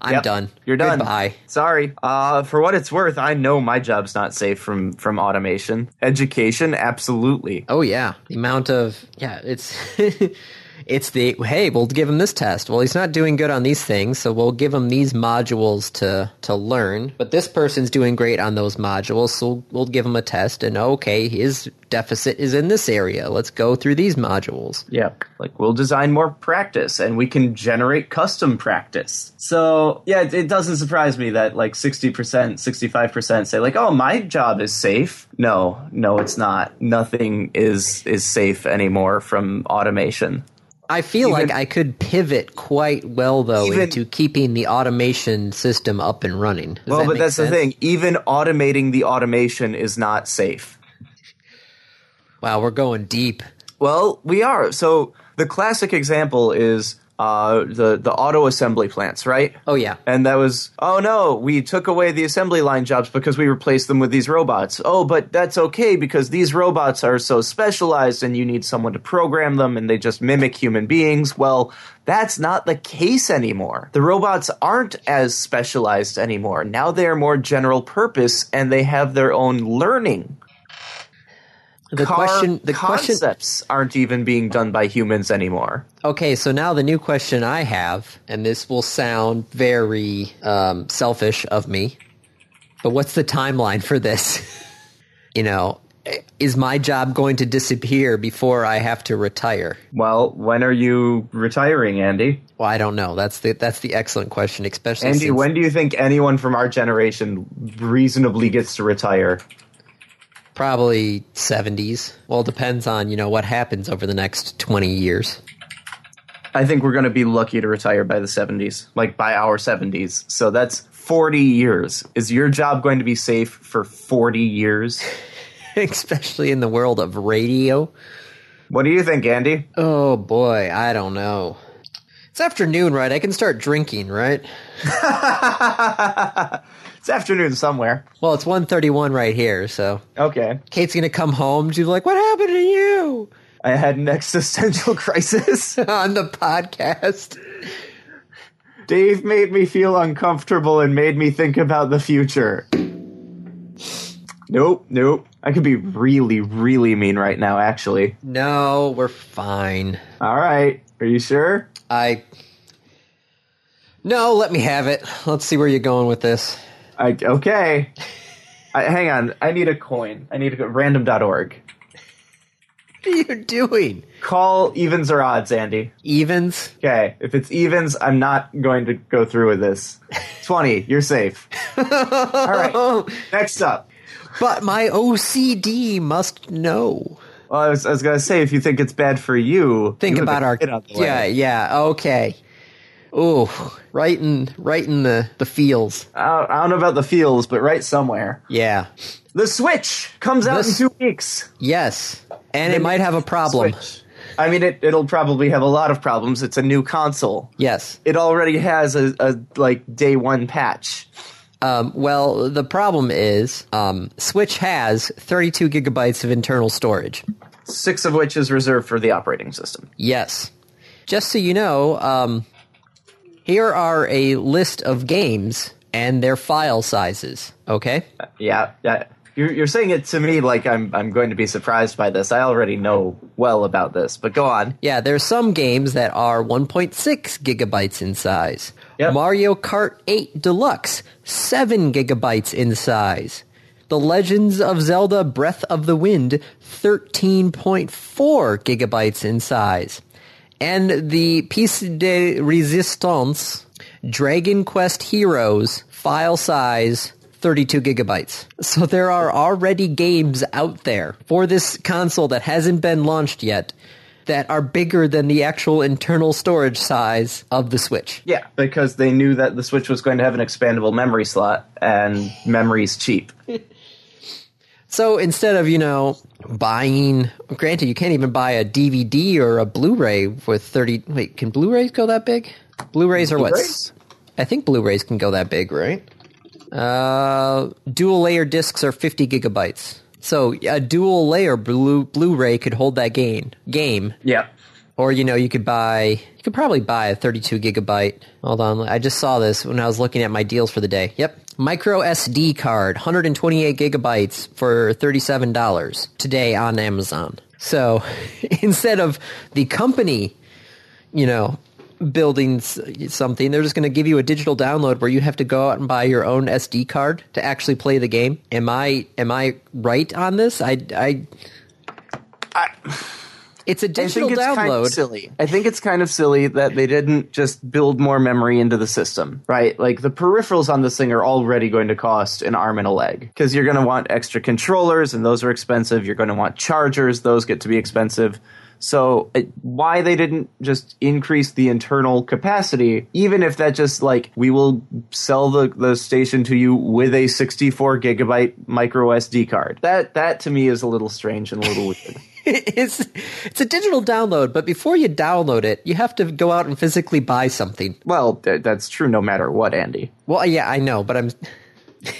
S1: I'm
S2: Yep.
S1: done.
S2: You're done.
S1: Goodbye.
S2: Sorry. Uh, for what it's worth, I know my job's not safe from from automation. Education, absolutely.
S1: Oh yeah. The amount of yeah, it's it's the hey, we'll give him this test. Well, he's not doing good on these things, so we'll give him these modules to to learn. But this person's doing great on those modules, so we'll give him a test and okay, his deficit is in this area. Let's go through these modules.
S2: Yeah. Like we'll design more practice and we can generate custom practice. So, yeah, it, it doesn't surprise me that like 60%, 65% say like, "Oh, my job is safe." No, no, it's not. Nothing is is safe anymore from automation.
S1: I feel like I could pivot quite well though
S2: Even-
S1: into keeping the automation system up and running. Does
S2: well,
S1: that
S2: but
S1: make
S2: that's
S1: sense?
S2: the thing. Even automating the automation is not safe.
S1: Wow, we're going deep.
S2: Well, we are. So the classic example is uh, the the auto assembly plants, right?
S1: Oh yeah.
S2: And that was, oh no, we took away the assembly line jobs because we replaced them with these robots. Oh, but that's okay because these robots are so specialized and you need someone to program them and they just mimic human beings. Well, that's not the case anymore. The robots aren't as specialized anymore. Now they are more general purpose and they have their own learning.
S1: The
S2: Car
S1: question. The question.
S2: concepts aren't even being done by humans anymore.
S1: Okay, so now the new question I have, and this will sound very um, selfish of me, but what's the timeline for this? you know, is my job going to disappear before I have to retire?
S2: Well, when are you retiring, Andy?
S1: Well, I don't know. That's the that's the excellent question, especially
S2: Andy,
S1: since,
S2: when do you think anyone from our generation reasonably gets to retire?
S1: probably seventies. Well, it depends on you know what happens over the next twenty years.
S2: I think we're going to be lucky to retire by the 70s, like by our 70s. So that's 40 years. Is your job going to be safe for 40 years?
S1: especially in the world of radio.
S2: What do you think, Andy?
S1: Oh boy, I don't know. It's afternoon, right? I can start drinking, right?
S2: It's afternoon somewhere.
S1: Well, it's 1:31 right here, so
S2: Okay.
S1: Kate's going to come home. She's like, "What happened to you?"
S2: I had an existential crisis.
S1: on the podcast.
S2: Dave made me feel uncomfortable and made me think about the future. Nope, nope. I could be really, really mean right now, actually.
S1: No, we're fine.
S2: All right. Are you sure?
S1: I No, let me have it. Let's see where you're going with this.
S2: I, okay. I, hang on. I need a coin. I need a random.org.
S1: What are you doing?
S2: Call evens or odds, Andy.
S1: Evens?
S2: Okay. If it's evens, I'm not going to go through with this. 20. You're safe. All right.
S1: Oh,
S2: Next up.
S1: but my OCD must know.
S2: Well, I was, I was going to say, if you think it's bad for you,
S1: Think
S2: you have
S1: about
S2: a
S1: our
S2: kid on the way.
S1: Yeah, yeah. Okay. Ooh, right in right in the the feels.
S2: I don't, I don't know about the feels, but right somewhere.
S1: Yeah.
S2: The Switch comes out
S1: This-
S2: in two weeks.
S1: Yes. And it might have a problem.
S2: Switch. I mean, it, it'll probably have a lot of problems. It's a new console.
S1: Yes.
S2: It already has a, a like day one patch.
S1: Um, well, the problem is um, Switch has 32 gigabytes of internal storage.
S2: six of which is reserved for the operating system.
S1: Yes. Just so you know, um, here are a list of games and their file sizes. Okay.
S2: Yeah, yeah. You're, you're saying it to me like I'm I'm going to be surprised by this. I already know well about this, but go on.
S1: Yeah, there's some games that are 1.6 gigabytes in size.
S2: Yep.
S1: Mario Kart 8 Deluxe, 7 gigabytes in size. The Legends of Zelda Breath of the Wind, 13.4 gigabytes in size. And the Piece de Resistance Dragon Quest Heroes file size 32 gigabytes. So there are already games out there for this console that hasn't been launched yet that are bigger than the actual internal storage size of the Switch.
S2: Yeah, because they knew that the Switch was going to have an expandable memory slot, and memory's cheap.
S1: So instead of, you know, buying, granted, you can't even buy a DVD or a Blu ray with 30. Wait, can Blu rays go that big? Blu rays are what?
S2: Blu-rays?
S1: I think Blu rays can go that big, right? Uh, dual layer discs are 50 gigabytes. So a dual layer Blu Blu-ray could hold that game game
S2: Yeah.
S1: Or you know, you could buy you could probably buy a 32 gigabyte. Hold on, I just saw this when I was looking at my deals for the day. Yep. Micro SD card, 128 gigabytes for $37 today on Amazon. So, instead of the company, you know, building s- something, they're just going to give you a digital download where you have to go out and buy your own SD card to actually play the game. Am I am I right on this? I I it's a
S2: I think
S1: digital
S2: it's kind
S1: download.
S2: of silly. I think it's kind of silly that they didn't just build more memory into the system, right? Like the peripherals on this thing are already going to cost an arm and a leg because you're going to want extra controllers, and those are expensive. You're going to want chargers; those get to be expensive. So it, why they didn't just increase the internal capacity, even if that just like we will sell the, the station to you with a 64 gigabyte micro SD card. That that to me is a little strange and a little weird.
S1: it's it's a digital download, but before you download it, you have to go out and physically buy something.
S2: Well, th- that's true no matter what, Andy.
S1: Well, yeah, I know, but I'm.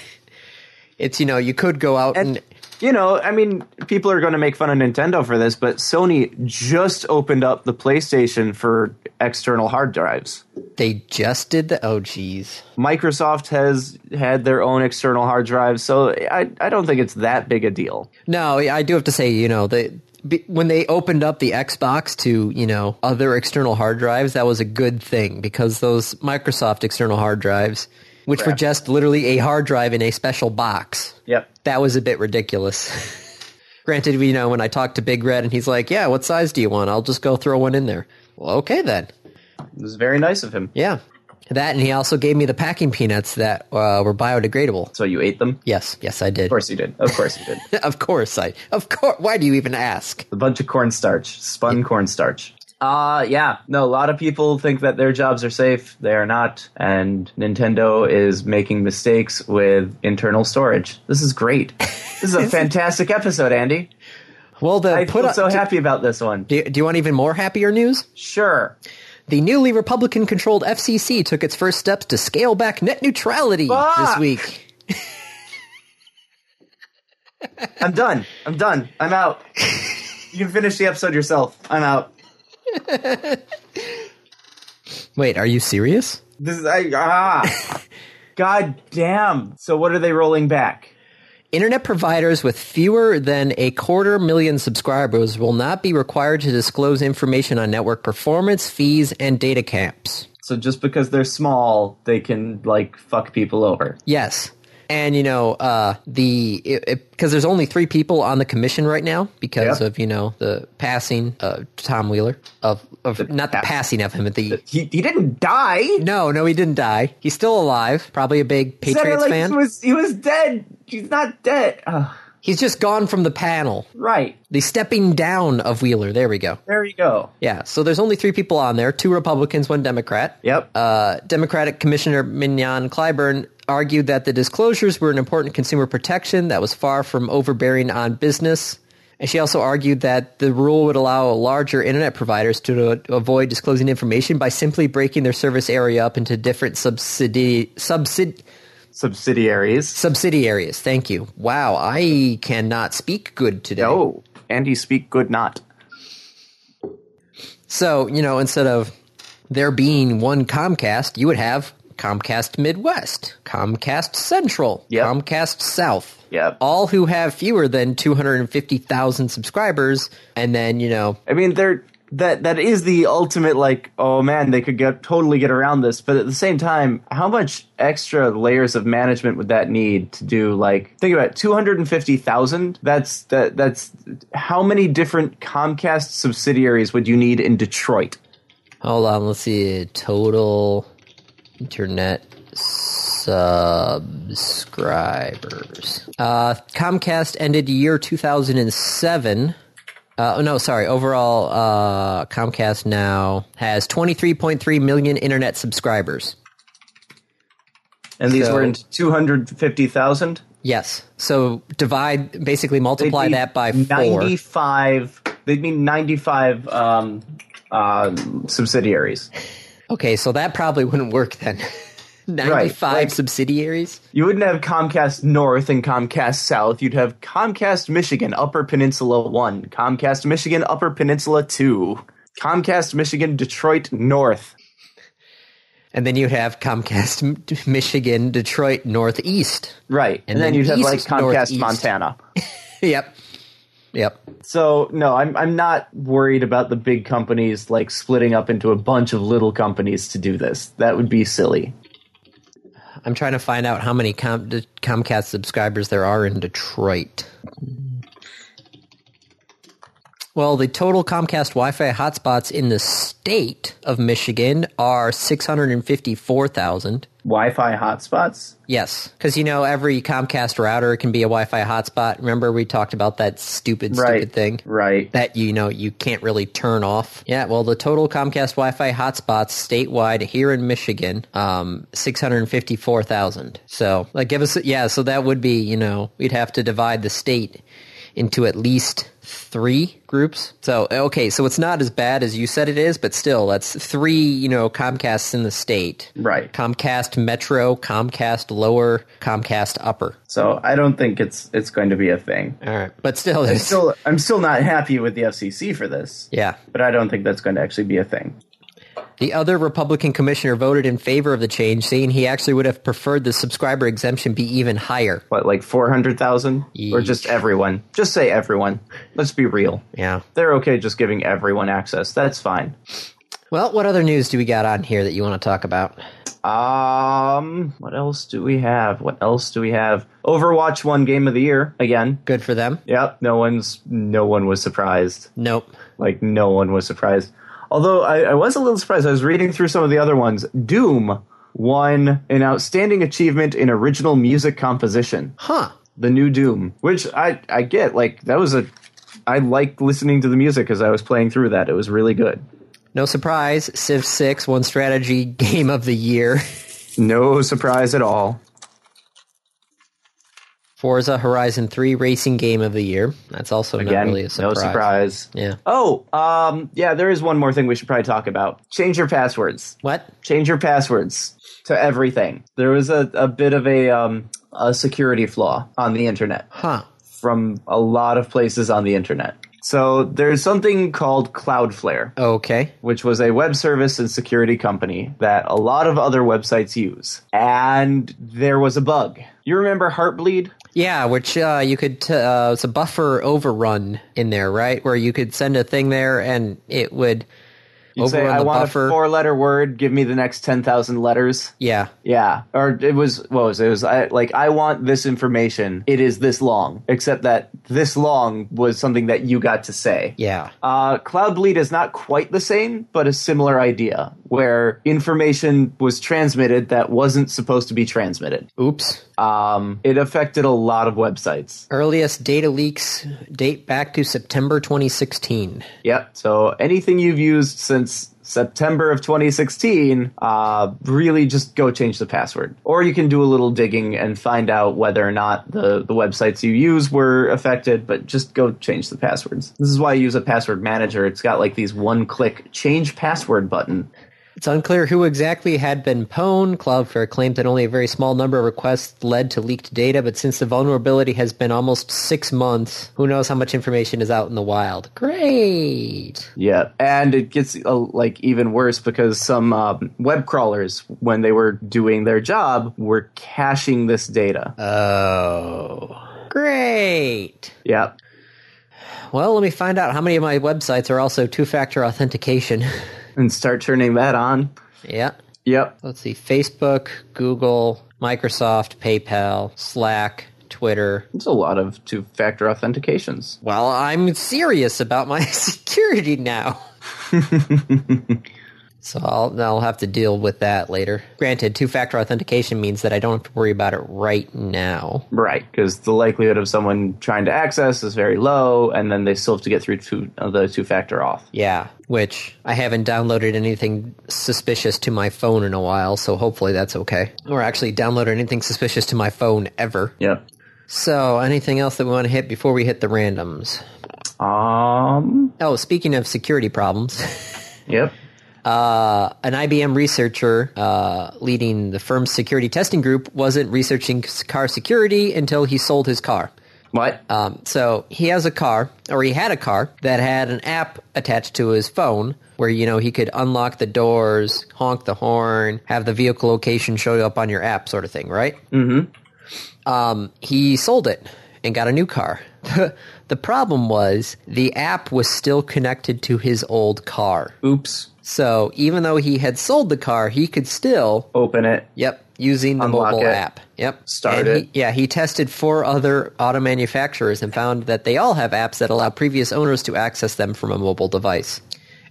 S1: it's you know you could go out and,
S2: And, you know, I mean, people are going to make fun of Nintendo for this, but Sony just opened up the PlayStation for external hard drives.
S1: they just did the oh geez.
S2: Microsoft has had their own external hard drives, so I, I don't think it's that big a deal.
S1: No, I do have to say you know they be- when they opened up the Xbox to you know other external hard drives, that was a good thing because those Microsoft external hard drives, which were
S2: Crap.
S1: just literally a hard drive in a special box,
S2: Yep.
S1: that was a bit ridiculous. Granted, you know, when I talked to Big Red and he's like, yeah, what size do you want? I'll just go throw one in there. Well, okay then.
S2: It was very nice of him.
S1: Yeah. That and he also gave me the packing peanuts that uh, were biodegradable.
S2: So you ate them? Of
S1: Yes, yes, I did.
S2: course you did. Of course you did.
S1: of course I. Of course. Why do you even ask?
S2: A bunch of cornstarch, spun cornstarch. Uh, yeah. No, a lot of people think that their jobs are safe. They are not. And Nintendo is making mistakes with internal storage. This is great. This is a fantastic episode, Andy.
S1: Well, the
S2: I
S1: put
S2: feel
S1: up.
S2: so happy about this one.
S1: do, do you want even more happier news?
S2: Sure.
S1: The newly Republican-controlled FCC took its first steps to scale back net neutrality this
S2: Fuck.
S1: week.
S2: I'm done. I'm done. I'm out. You can finish the episode yourself. I'm out.
S1: Wait, are you serious?
S2: This is I ah. God damn. So what are they rolling back?
S1: Internet providers with fewer than a quarter million subscribers will not be required to disclose information on network performance, fees, and data caps.
S2: So just because they're small, they can like fuck people over.
S1: Yes. And you know uh, the because there's only three people on the commission right now because
S2: Yeah.
S1: of you know the passing of Tom Wheeler of, of not the
S2: pass-
S1: passing of him at the
S2: He he didn't die.
S1: no no he didn't die he's still alive probably a big
S2: He said it
S1: Patriots
S2: like
S1: fan
S2: He was he was dead. He's not dead. Ugh,
S1: he's just gone from the panel
S2: right.
S1: the stepping down of Wheeler there we go
S2: There you go.
S1: yeah so there's only three people on there two Republicans one Democrat
S2: Yep.
S1: uh, Democratic Commissioner Mignon Clyburn argued that the disclosures were an important consumer protection that was far from overbearing on business. And she also argued that the rule would allow larger internet providers to, to avoid disclosing information by simply breaking their service area up into different subsidi- subsid-
S2: Subsidiaries.
S1: subsidiaries. Thank you. Wow, I cannot speak good today.
S2: No. Andy Oh, speak good not.
S1: So, you know, instead of there being one Comcast, you would have Comcast Midwest, Comcast Central,
S2: Yep.
S1: Comcast South.
S2: Yep.
S1: All who have fewer than 250,000 subscribers. And then, you know,
S2: I mean, they're that that is the ultimate like, oh man, they could get totally get around this, but at the same time, how much extra layers of management would that need to do? Like, think about two hundred and fifty thousand. That's that that's how many different Comcast subsidiaries would you need in Detroit?
S1: hold on, let's see. Total internet subscribers. Uh, Comcast ended year 2007. Uh, oh, no, sorry. Overall, uh, Comcast now has 23.3 million internet subscribers.
S2: And these
S1: So-
S2: were in two hundred fifty thousand.
S1: Yes. So divide, basically multiply that by four.
S2: ninety-five. They'd mean ninety-five um, uh, subsidiaries.
S1: Okay, so that probably wouldn't work then. 95
S2: like-
S1: subsidiaries?
S2: You wouldn't have Comcast North and Comcast South. You'd have Comcast Michigan Upper Peninsula 1, Comcast Michigan Upper Peninsula 2, Comcast Michigan Detroit North.
S1: And then you have Comcast, M- Michigan, Detroit, Northeast.
S2: Right.
S1: And
S2: And, then,
S1: then
S2: you'd have like
S1: East,
S2: Comcast
S1: Northeast.
S2: Montana.
S1: Yep. Yep.
S2: So, no, I'm I'm not worried about the big companies like splitting up into a bunch of little companies to do this. That would be silly.
S1: I'm trying to find out how many Com- d- Comcast subscribers there are in Detroit. Well, the total Comcast Wi Fi hotspots in the state of Michigan are 654,000.
S2: Wi-Fi hotspots?
S1: Yes, because you know every Comcast router can be a Wi-Fi hotspot. Remember we talked about that stupid,
S2: Right.
S1: stupid thing
S2: Right.
S1: that you know you can't really turn off. Yeah, well, the total Comcast Wi-Fi hotspots statewide here in Michigan, um, six hundred fifty-four thousand. So, like, give us yeah. So that would be you know we'd have to divide the state into at least three groups. So okay, so it's not as bad as you said it is, but still, that's three. You know, Comcasts in the state.
S2: Right.
S1: Comcast Metro, Comcast Lower, Comcast Upper.
S2: So I don't think it's it's going to be a thing.
S1: All right, but still, there's,
S2: Still, I'm still not happy with the FCC for this.
S1: yeah.
S2: But I don't think that's going to actually be a thing.
S1: The other Republican commissioner voted in favor of the change, saying he actually would have preferred the subscriber exemption be even higher.
S2: What, like 400,000? Or just everyone? Just say everyone. Let's be real.
S1: Yeah.
S2: They're okay just giving everyone access. That's fine.
S1: Well, what other news do we got on here that you want to talk about?
S2: Um, what else do we have? What else do we have? Overwatch one game of the year again.
S1: Good for them?
S2: Yep, no one's no one was surprised.
S1: Nope.
S2: Like no one was surprised. Although I, I was a little surprised. I was reading through some of the other ones. Doom won an outstanding achievement in original music composition.
S1: Huh.
S2: The new Doom, which I I get. Like that was a I liked listening to the music as I was playing through that. It was really good.
S1: No surprise, Civ 6 won strategy game of the year.
S2: No surprise at all.
S1: Forza Horizon 3 racing game of the year. That's also not
S2: Again,
S1: really a surprise.
S2: no surprise.
S1: Yeah.
S2: Oh, um, yeah, there is one more thing we should probably talk about. Change your passwords.
S1: What?
S2: Change your passwords to everything. There was a, a bit of a, um, a security flaw on the internet
S1: Huh.
S2: from a lot of places on the internet. So there's something called Cloudflare,
S1: Okay.
S2: which was a web service and security company that a lot of other websites use. And there was a bug. You remember Heartbleed?
S1: Yeah, which uh, you could, t- uh, it's a buffer overrun in there, right? Where you could send a thing there and it would
S2: You say,
S1: overrun
S2: I
S1: the
S2: want
S1: buffer.
S2: a four letter word, give me the next 10,000 letters.
S1: yeah.
S2: Yeah, or it was what was it? It was I, like I want this information. It is this long, except that this long was something that you got to say.
S1: Yeah.
S2: Uh, Cloud Bleed is not quite the same, but a similar idea where information was transmitted that wasn't supposed to be transmitted.
S1: Oops.
S2: Um, it affected a lot of websites.
S1: Earliest data leaks date back to September 2016.
S2: Yep. So anything you've used since September of 2016, uh, really just go change the password. Or you can do a little digging and find out whether or not the, the websites you use were affected, but just go change the passwords. This is why I use a password manager. It's got like these one click change password button.
S1: It's unclear who exactly had been pwned. Cloudflare claimed that only a very small number of requests led to leaked data, but since the vulnerability has been almost six months, who knows how much information is out in the wild? Great.
S2: Yeah. And it gets uh, like even worse because some um, web crawlers, when they were doing their job, were caching this data.
S1: Uh. Oh. Great.
S2: yeah.
S1: Well, let me find out how many of my websites are also two factor authentication.
S2: And start turning that on.
S1: yeah.
S2: Yep.
S1: Let's see Facebook, Google, Microsoft, PayPal, Slack, Twitter,
S2: There's a lot of two factor authentications.
S1: Well, I'm serious about my security now. so I'll, I'll have to deal with that later. Granted, two factor authentication means that I don't have to worry about it right now.
S2: Right, because the likelihood of someone trying to access is very low, and then they still have to get through two, uh, the two factor off.
S1: Yeah, which I haven't downloaded anything suspicious to my phone in a while, so hopefully that's okay. Or actually downloaded anything suspicious to my phone ever.
S2: Yep.
S1: So, anything else that we want to hit before we hit the randoms?
S2: Um.
S1: Oh, speaking of security problems.
S2: Yep.
S1: uh, an IBM researcher uh, leading the firm's security testing group wasn't researching s- car security until he sold his car.
S2: What?
S1: Um, so he has a car, or he had a car that had an app attached to his phone where you know he could unlock the doors, honk the horn, have the vehicle location show up on your app, sort of thing, right? Mm-hmm. Um, he sold it and got a new car. the problem was the app was still connected to his old car.
S2: Oops.
S1: So even though he had sold the car, he could still,
S2: Open it.
S1: yep, using the
S2: Unlock
S1: mobile
S2: it.
S1: app. Yep.
S2: Start
S1: And
S2: it.
S1: He, yeah, he tested four other auto manufacturers and found that they all have apps that allow previous owners to access them from a mobile device.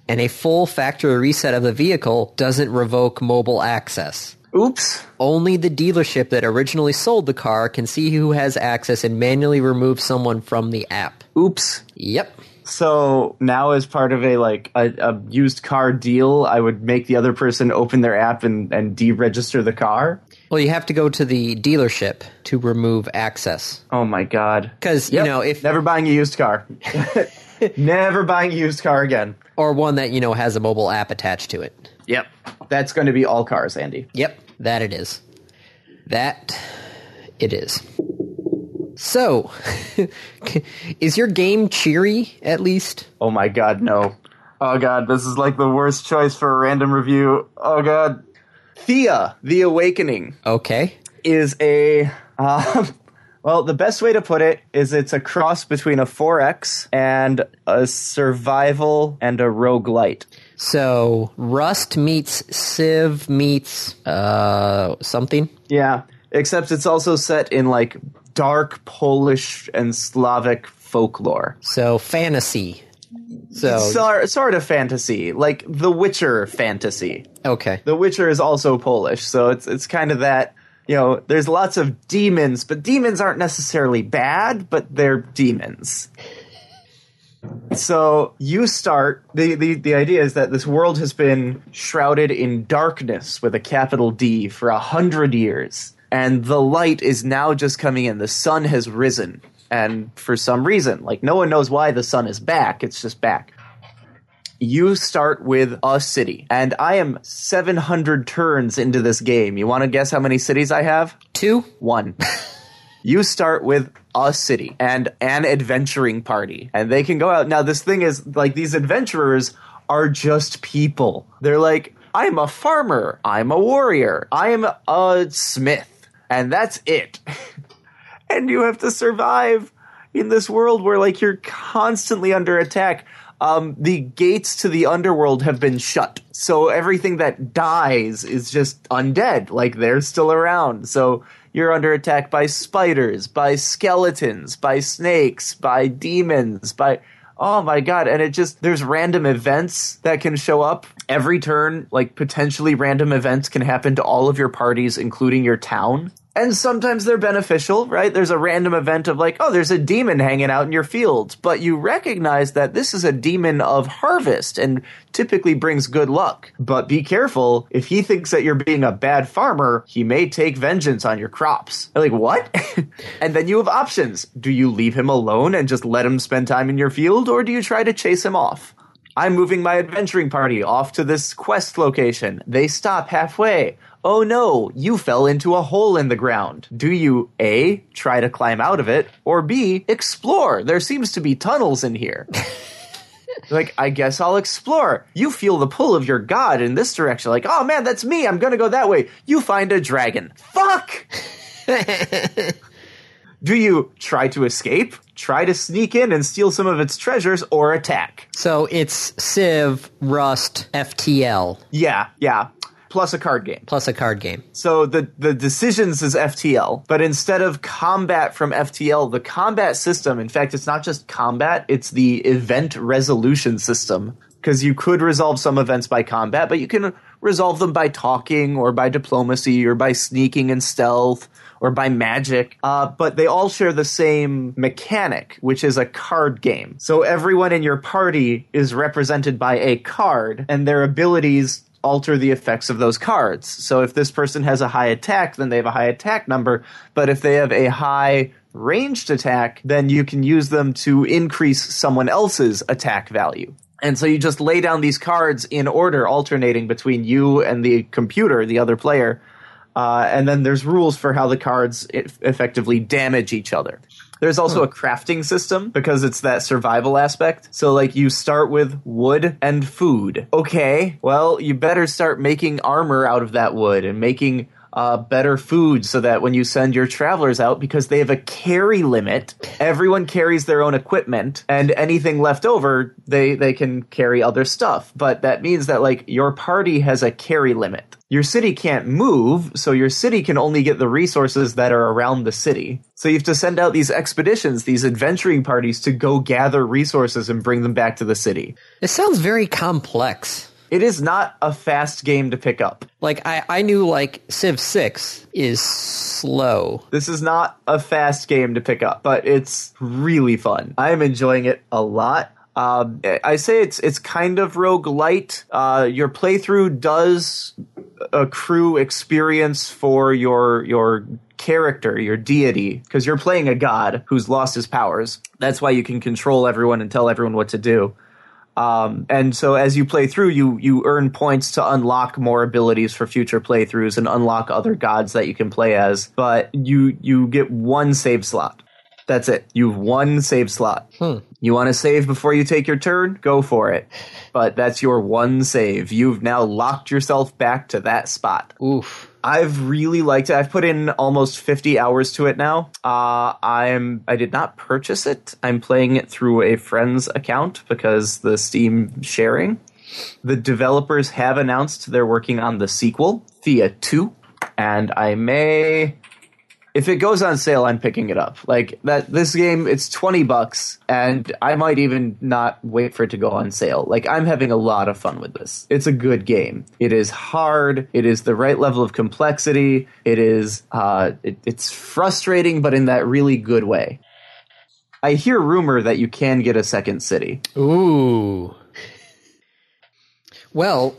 S1: And a full factory reset of the vehicle doesn't revoke mobile access.
S2: Oops.
S1: Only the dealership that originally sold the car can see who has access and manually remove someone from the app.
S2: Oops.
S1: Yep.
S2: So now, as part of a like a, a used car deal, I would make the other person open their app and and deregister the car.
S1: Well, you have to go to the dealership to remove access.
S2: Oh my god.
S1: Because,
S2: Yep.
S1: you know, if,
S2: never buying a used car. never buying a used car again.
S1: or one that, you know, has a mobile app attached to it.
S2: Yep. That's going to be all cars, Andy.
S1: Yep, that it is. That it is. So, is your game cheery at least?
S2: Oh my god, no. Oh god, this is like the worst choice for a random review. Oh god. Thea, The Awakening,
S1: Okay.
S2: is a. Uh, well, the best way to put it is it's a cross between a 4X and a survival and a roguelite.
S1: So, Rust meets Civ meets uh something.
S2: Yeah. Except it's also set in like dark Polish and Slavic folklore.
S1: So, fantasy. So,
S2: Sor- sort of fantasy, like The Witcher fantasy.
S1: okay.
S2: The Witcher is also Polish, so it's it's kind of that. You know, there's lots of demons, but demons aren't necessarily bad, but they're demons. So you start the, the the idea is that this world has been shrouded in darkness with a capital D for a hundred years, and the light is now just coming in. The sun has risen, and for some reason, like no one knows why, the sun is back. It's just back you start with a city, and I am 700 turns into this game. You want to guess how many cities I have?
S1: Two?
S2: One. you start with a city and an adventuring party, and they can go out. Now, this thing is like these adventurers are just people. They're like, I'm a farmer, I'm a warrior, I'm a smith, and that's it. and you have to survive in this world where like you're constantly under attack. Um, the gates to the underworld have been shut, so everything that dies is just undead. Like they're still around, so you're under attack by spiders, by skeletons, by snakes, by demons, by Oh my god, and it just there's random events that can show up every turn, like potentially random events can happen to all of your parties including your town. And sometimes they're beneficial, right? There's a random event of like, oh, there's a demon hanging out in your field, but you recognize that this is a demon of harvest and typically brings good luck. But be careful, if he thinks that you're being a bad farmer, he may take vengeance on your crops. They're like, what? and then you have options. Do you leave him alone and just let him spend time in your field, or do you try to chase him off? I'm moving my adventuring party off to this quest location. They stop halfway. Oh no, you fell into a hole in the ground. Do you A, try to climb out of it, or B, explore? There seems to be tunnels in here. like, I guess I'll explore. You feel the pull of your god in this direction. Like, oh man, that's me. I'm gonna go that way. You find a dragon. Fuck! Do you try to escape, try to sneak in and steal some of its treasures, or attack?
S1: So, it's Civ, Rust, FTL
S2: Yeah, yeah. Plus a card game.
S1: plus a card game.
S2: So the the decisions is FTL, but instead of combat from FTL, the combat system, in fact, it's not just combat, it's the event resolution system because you could resolve some events by combat, but you can resolve them by talking or by diplomacy or by sneaking and stealth or by magic. Uh, but they all share the same mechanic, which is a card game. So everyone in your party is represented by a card, and their abilities alter the effects of those cards. So if this person has a high attack, then they have a high attack number. But if they have a high ranged attack, then you can use them to increase someone else's attack value. And so you just lay down these cards in order, alternating between you and the computer, the other player. Uh, and then there's rules for how the cards e- effectively damage each other. There's also a crafting system because it's that survival aspect. So, like, you start with wood and food. Okay, well, you better start making armor out of that wood and making uh, better food so that when you send your travelers out, because they have a carry limit, everyone carries their own equipment, and anything left over, they, they can carry other stuff. But that means that, like, your party has a carry limit. Your city can't move, so your city can only get the resources that are around the city. So you have to send out these expeditions, these adventuring parties to go gather resources and bring them back to the city.
S1: This sounds very complex.
S2: It is not a fast game to pick up.
S1: Like I I knew like Civ 6 is slow.
S2: This is not a fast game to pick up, but it's really fun. I am enjoying it a lot. Um, I say it's it's kind of roguelite. Uh, your playthrough does accrue experience for your your character, your deity, because you're playing a god who's lost his powers. That's why you can control everyone and tell everyone what to do. Um, and so as you play through, you you earn points to unlock more abilities for future playthroughs and unlock other gods that you can play as. But you you get one save slot. That's it. You've one save slot. You want to save before you take your turn? Go for it. But that's your one save. You've now locked yourself back to that spot.
S1: Oof.
S2: I've really liked it. I've put in almost 50 hours to it now. Uh, I'm I did not purchase it. I'm playing it through a friend's account because the Steam sharing. The developers have announced they're working on the sequel, Thea 2, and I may if it goes on sale, I'm picking it up. Like that, this game, it's twenty bucks, and I might even not wait for it to go on sale. Like I'm having a lot of fun with this. It's a good game. It is hard. It is the right level of complexity. It is. Uh, it, it's frustrating, but in that really good way. I hear rumor that you can get a second city.
S1: Ooh. Well,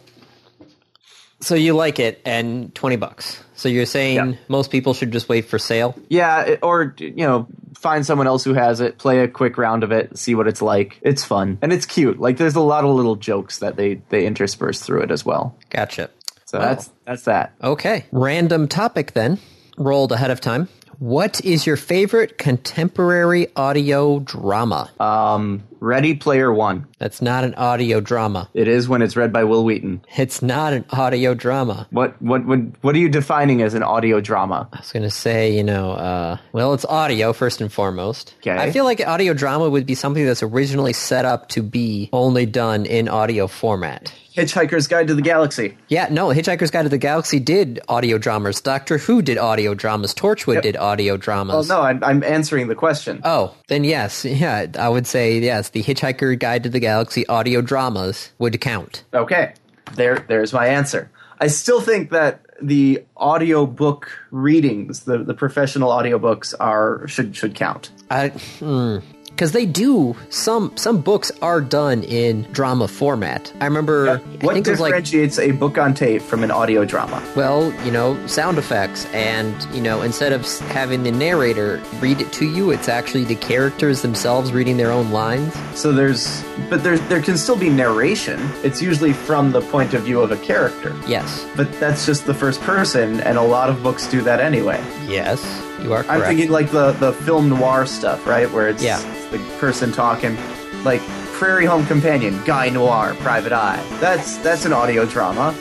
S1: so you like it and 20 bucks. So you're saying
S2: Yeah.
S1: most people should just wait for sale?
S2: Yeah, it- or you know, find someone else who has it, play a quick round of it, see what it's like. It's fun and it's cute. Like there's a lot of little jokes that they they intersperse through it as well.
S1: Gotcha.
S2: So that's that's that.
S1: Okay. Random topic then, rolled ahead of time. What is your favorite contemporary audio drama?
S2: Um, Ready Player One.
S1: That's not an audio drama.
S2: It is when it's read by Will Wheaton.
S1: It's not an audio drama.
S2: What what what what are you defining as an audio drama?
S1: I was going to say, you know, uh, well, it's audio first and foremost.
S2: Okay.
S1: I feel like audio drama would be something that's originally set up to be only done in audio format.
S2: Hitchhiker's Guide to the Galaxy.
S1: Yeah, no, Hitchhiker's Guide to the Galaxy did audio dramas. Doctor Who did audio dramas. Torchwood did audio
S2: Well,
S1: dramas.
S2: no, I'm I'm answering the question.
S1: Oh, then yes, yeah, I would say yes. The Hitchhiker Guide to the Galaxy audio dramas would count.
S2: Okay. There there's my answer. I still think that the audiobook readings, the, the professional audiobooks are should should count.
S1: Because hmm, they do some some books are done in drama format. I remember I
S2: What
S1: think it was like
S2: differentiates a book on tape from an audio drama?
S1: well, you know, sound effects, and you know, instead of s- having the narrator read it to you, it's actually the characters themselves reading their own lines.
S2: So there's, but there's, there can still be narration. It's usually from the point of view of a character.
S1: Yes,
S2: But that's just the first person, and a lot of books do that anyway.
S1: yes, you are
S2: I'm
S1: correct.
S2: thinking like the, the film noir stuff, right? Where it's
S1: Yeah.
S2: the person talking. Like Prairie Home Companion, Guy Noir, Private Eye. That's that's an audio drama.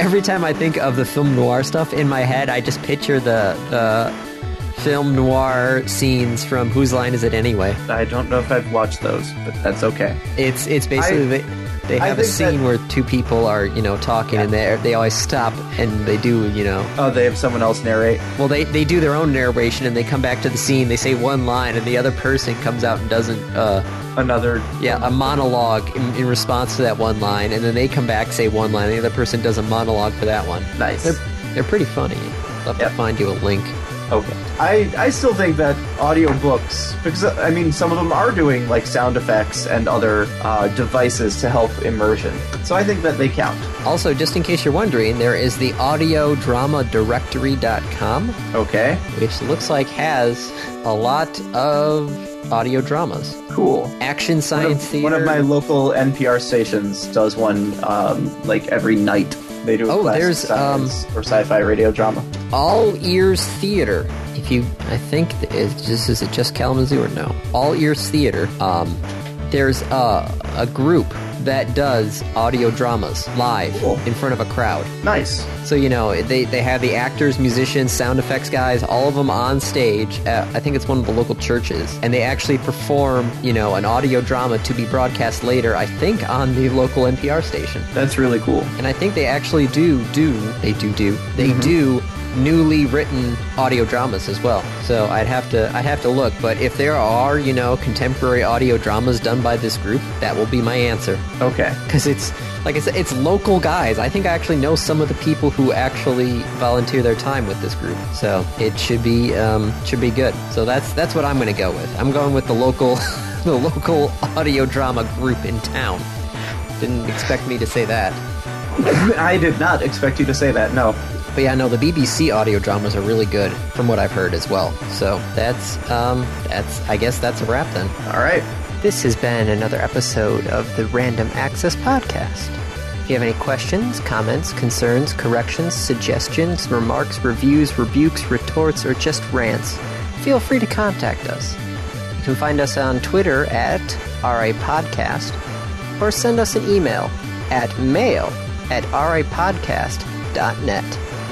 S1: Every time I think of the film noir stuff in my head, I just picture the the film noir scenes from Whose Line Is It Anyway?
S2: I don't know if I've watched those, but that's okay.
S1: It's it's basically
S2: I-
S1: they, they
S2: I
S1: have a
S2: think
S1: scene
S2: that-
S1: where two people are you know talking and they they always stop and they do you know
S2: Oh, they have someone else narrate.
S1: well they they do their own narration and they come back to the scene they say one line and the other person comes out and doesn't uh
S2: Another
S1: yeah a monologue in, in response to that one line and then they come back say one line and the other person does a monologue for that one.
S2: Nice.
S1: They're they're pretty funny. I'll have
S2: Yep.
S1: to find you a link.
S2: Okay. I, I still think that audiobooks, because uh, I mean, some of them are doing like sound effects and other uh, devices to help immersion. So I think that they count.
S1: Also, just in case you're wondering, there is the audiodrama
S2: Okay.
S1: which looks like has a lot of audio dramas.
S2: Cool.
S1: Action
S2: One
S1: science
S2: of,
S1: theater.
S2: one of my local NPR stations does one um, like every night. They do a
S1: Oh,
S2: class of
S1: there's, um,
S2: science or sci-fi radio drama.
S1: All Ears Theater. If you, I think th- it's just is it just Kalamazoo or no? All Ears Theater. Um, there's a a group that does audio dramas live
S2: Cool.
S1: in front of a crowd.
S2: Nice.
S1: So you know they they have the actors, musicians, sound effects guys, all of them on stage. At, I think it's one of the local churches, and they actually perform you know an audio drama to be broadcast later. I think on the local NPR station,
S2: That's really cool.
S1: and I think they actually do do they do do they do newly written audio dramas as well. So I'd have to I'd have to look, but if there are you know contemporary audio dramas done by this group, that will be my answer
S2: Okay.
S1: because it's like I said, it's local guys. I think I actually know some of the people who actually volunteer their time with this group, so it should be um, should be good. So that's that's what I'm going to go with. I'm going with the local the local audio drama group in town. Didn't expect me to say that.
S2: I did not expect you to say that. No.
S3: But yeah, no, the BBC audio dramas are really good, from what I've heard as well. So that's, um, that's, I guess that's a wrap then.
S2: All right.
S1: This has been another episode of the Random Access Podcast. If you have any questions, comments, concerns, corrections, suggestions, remarks, reviews, rebukes, retorts, or just rants, feel free to contact us. You can find us on Twitter at RAPodcast or send us an email at mail at rapodcast.net.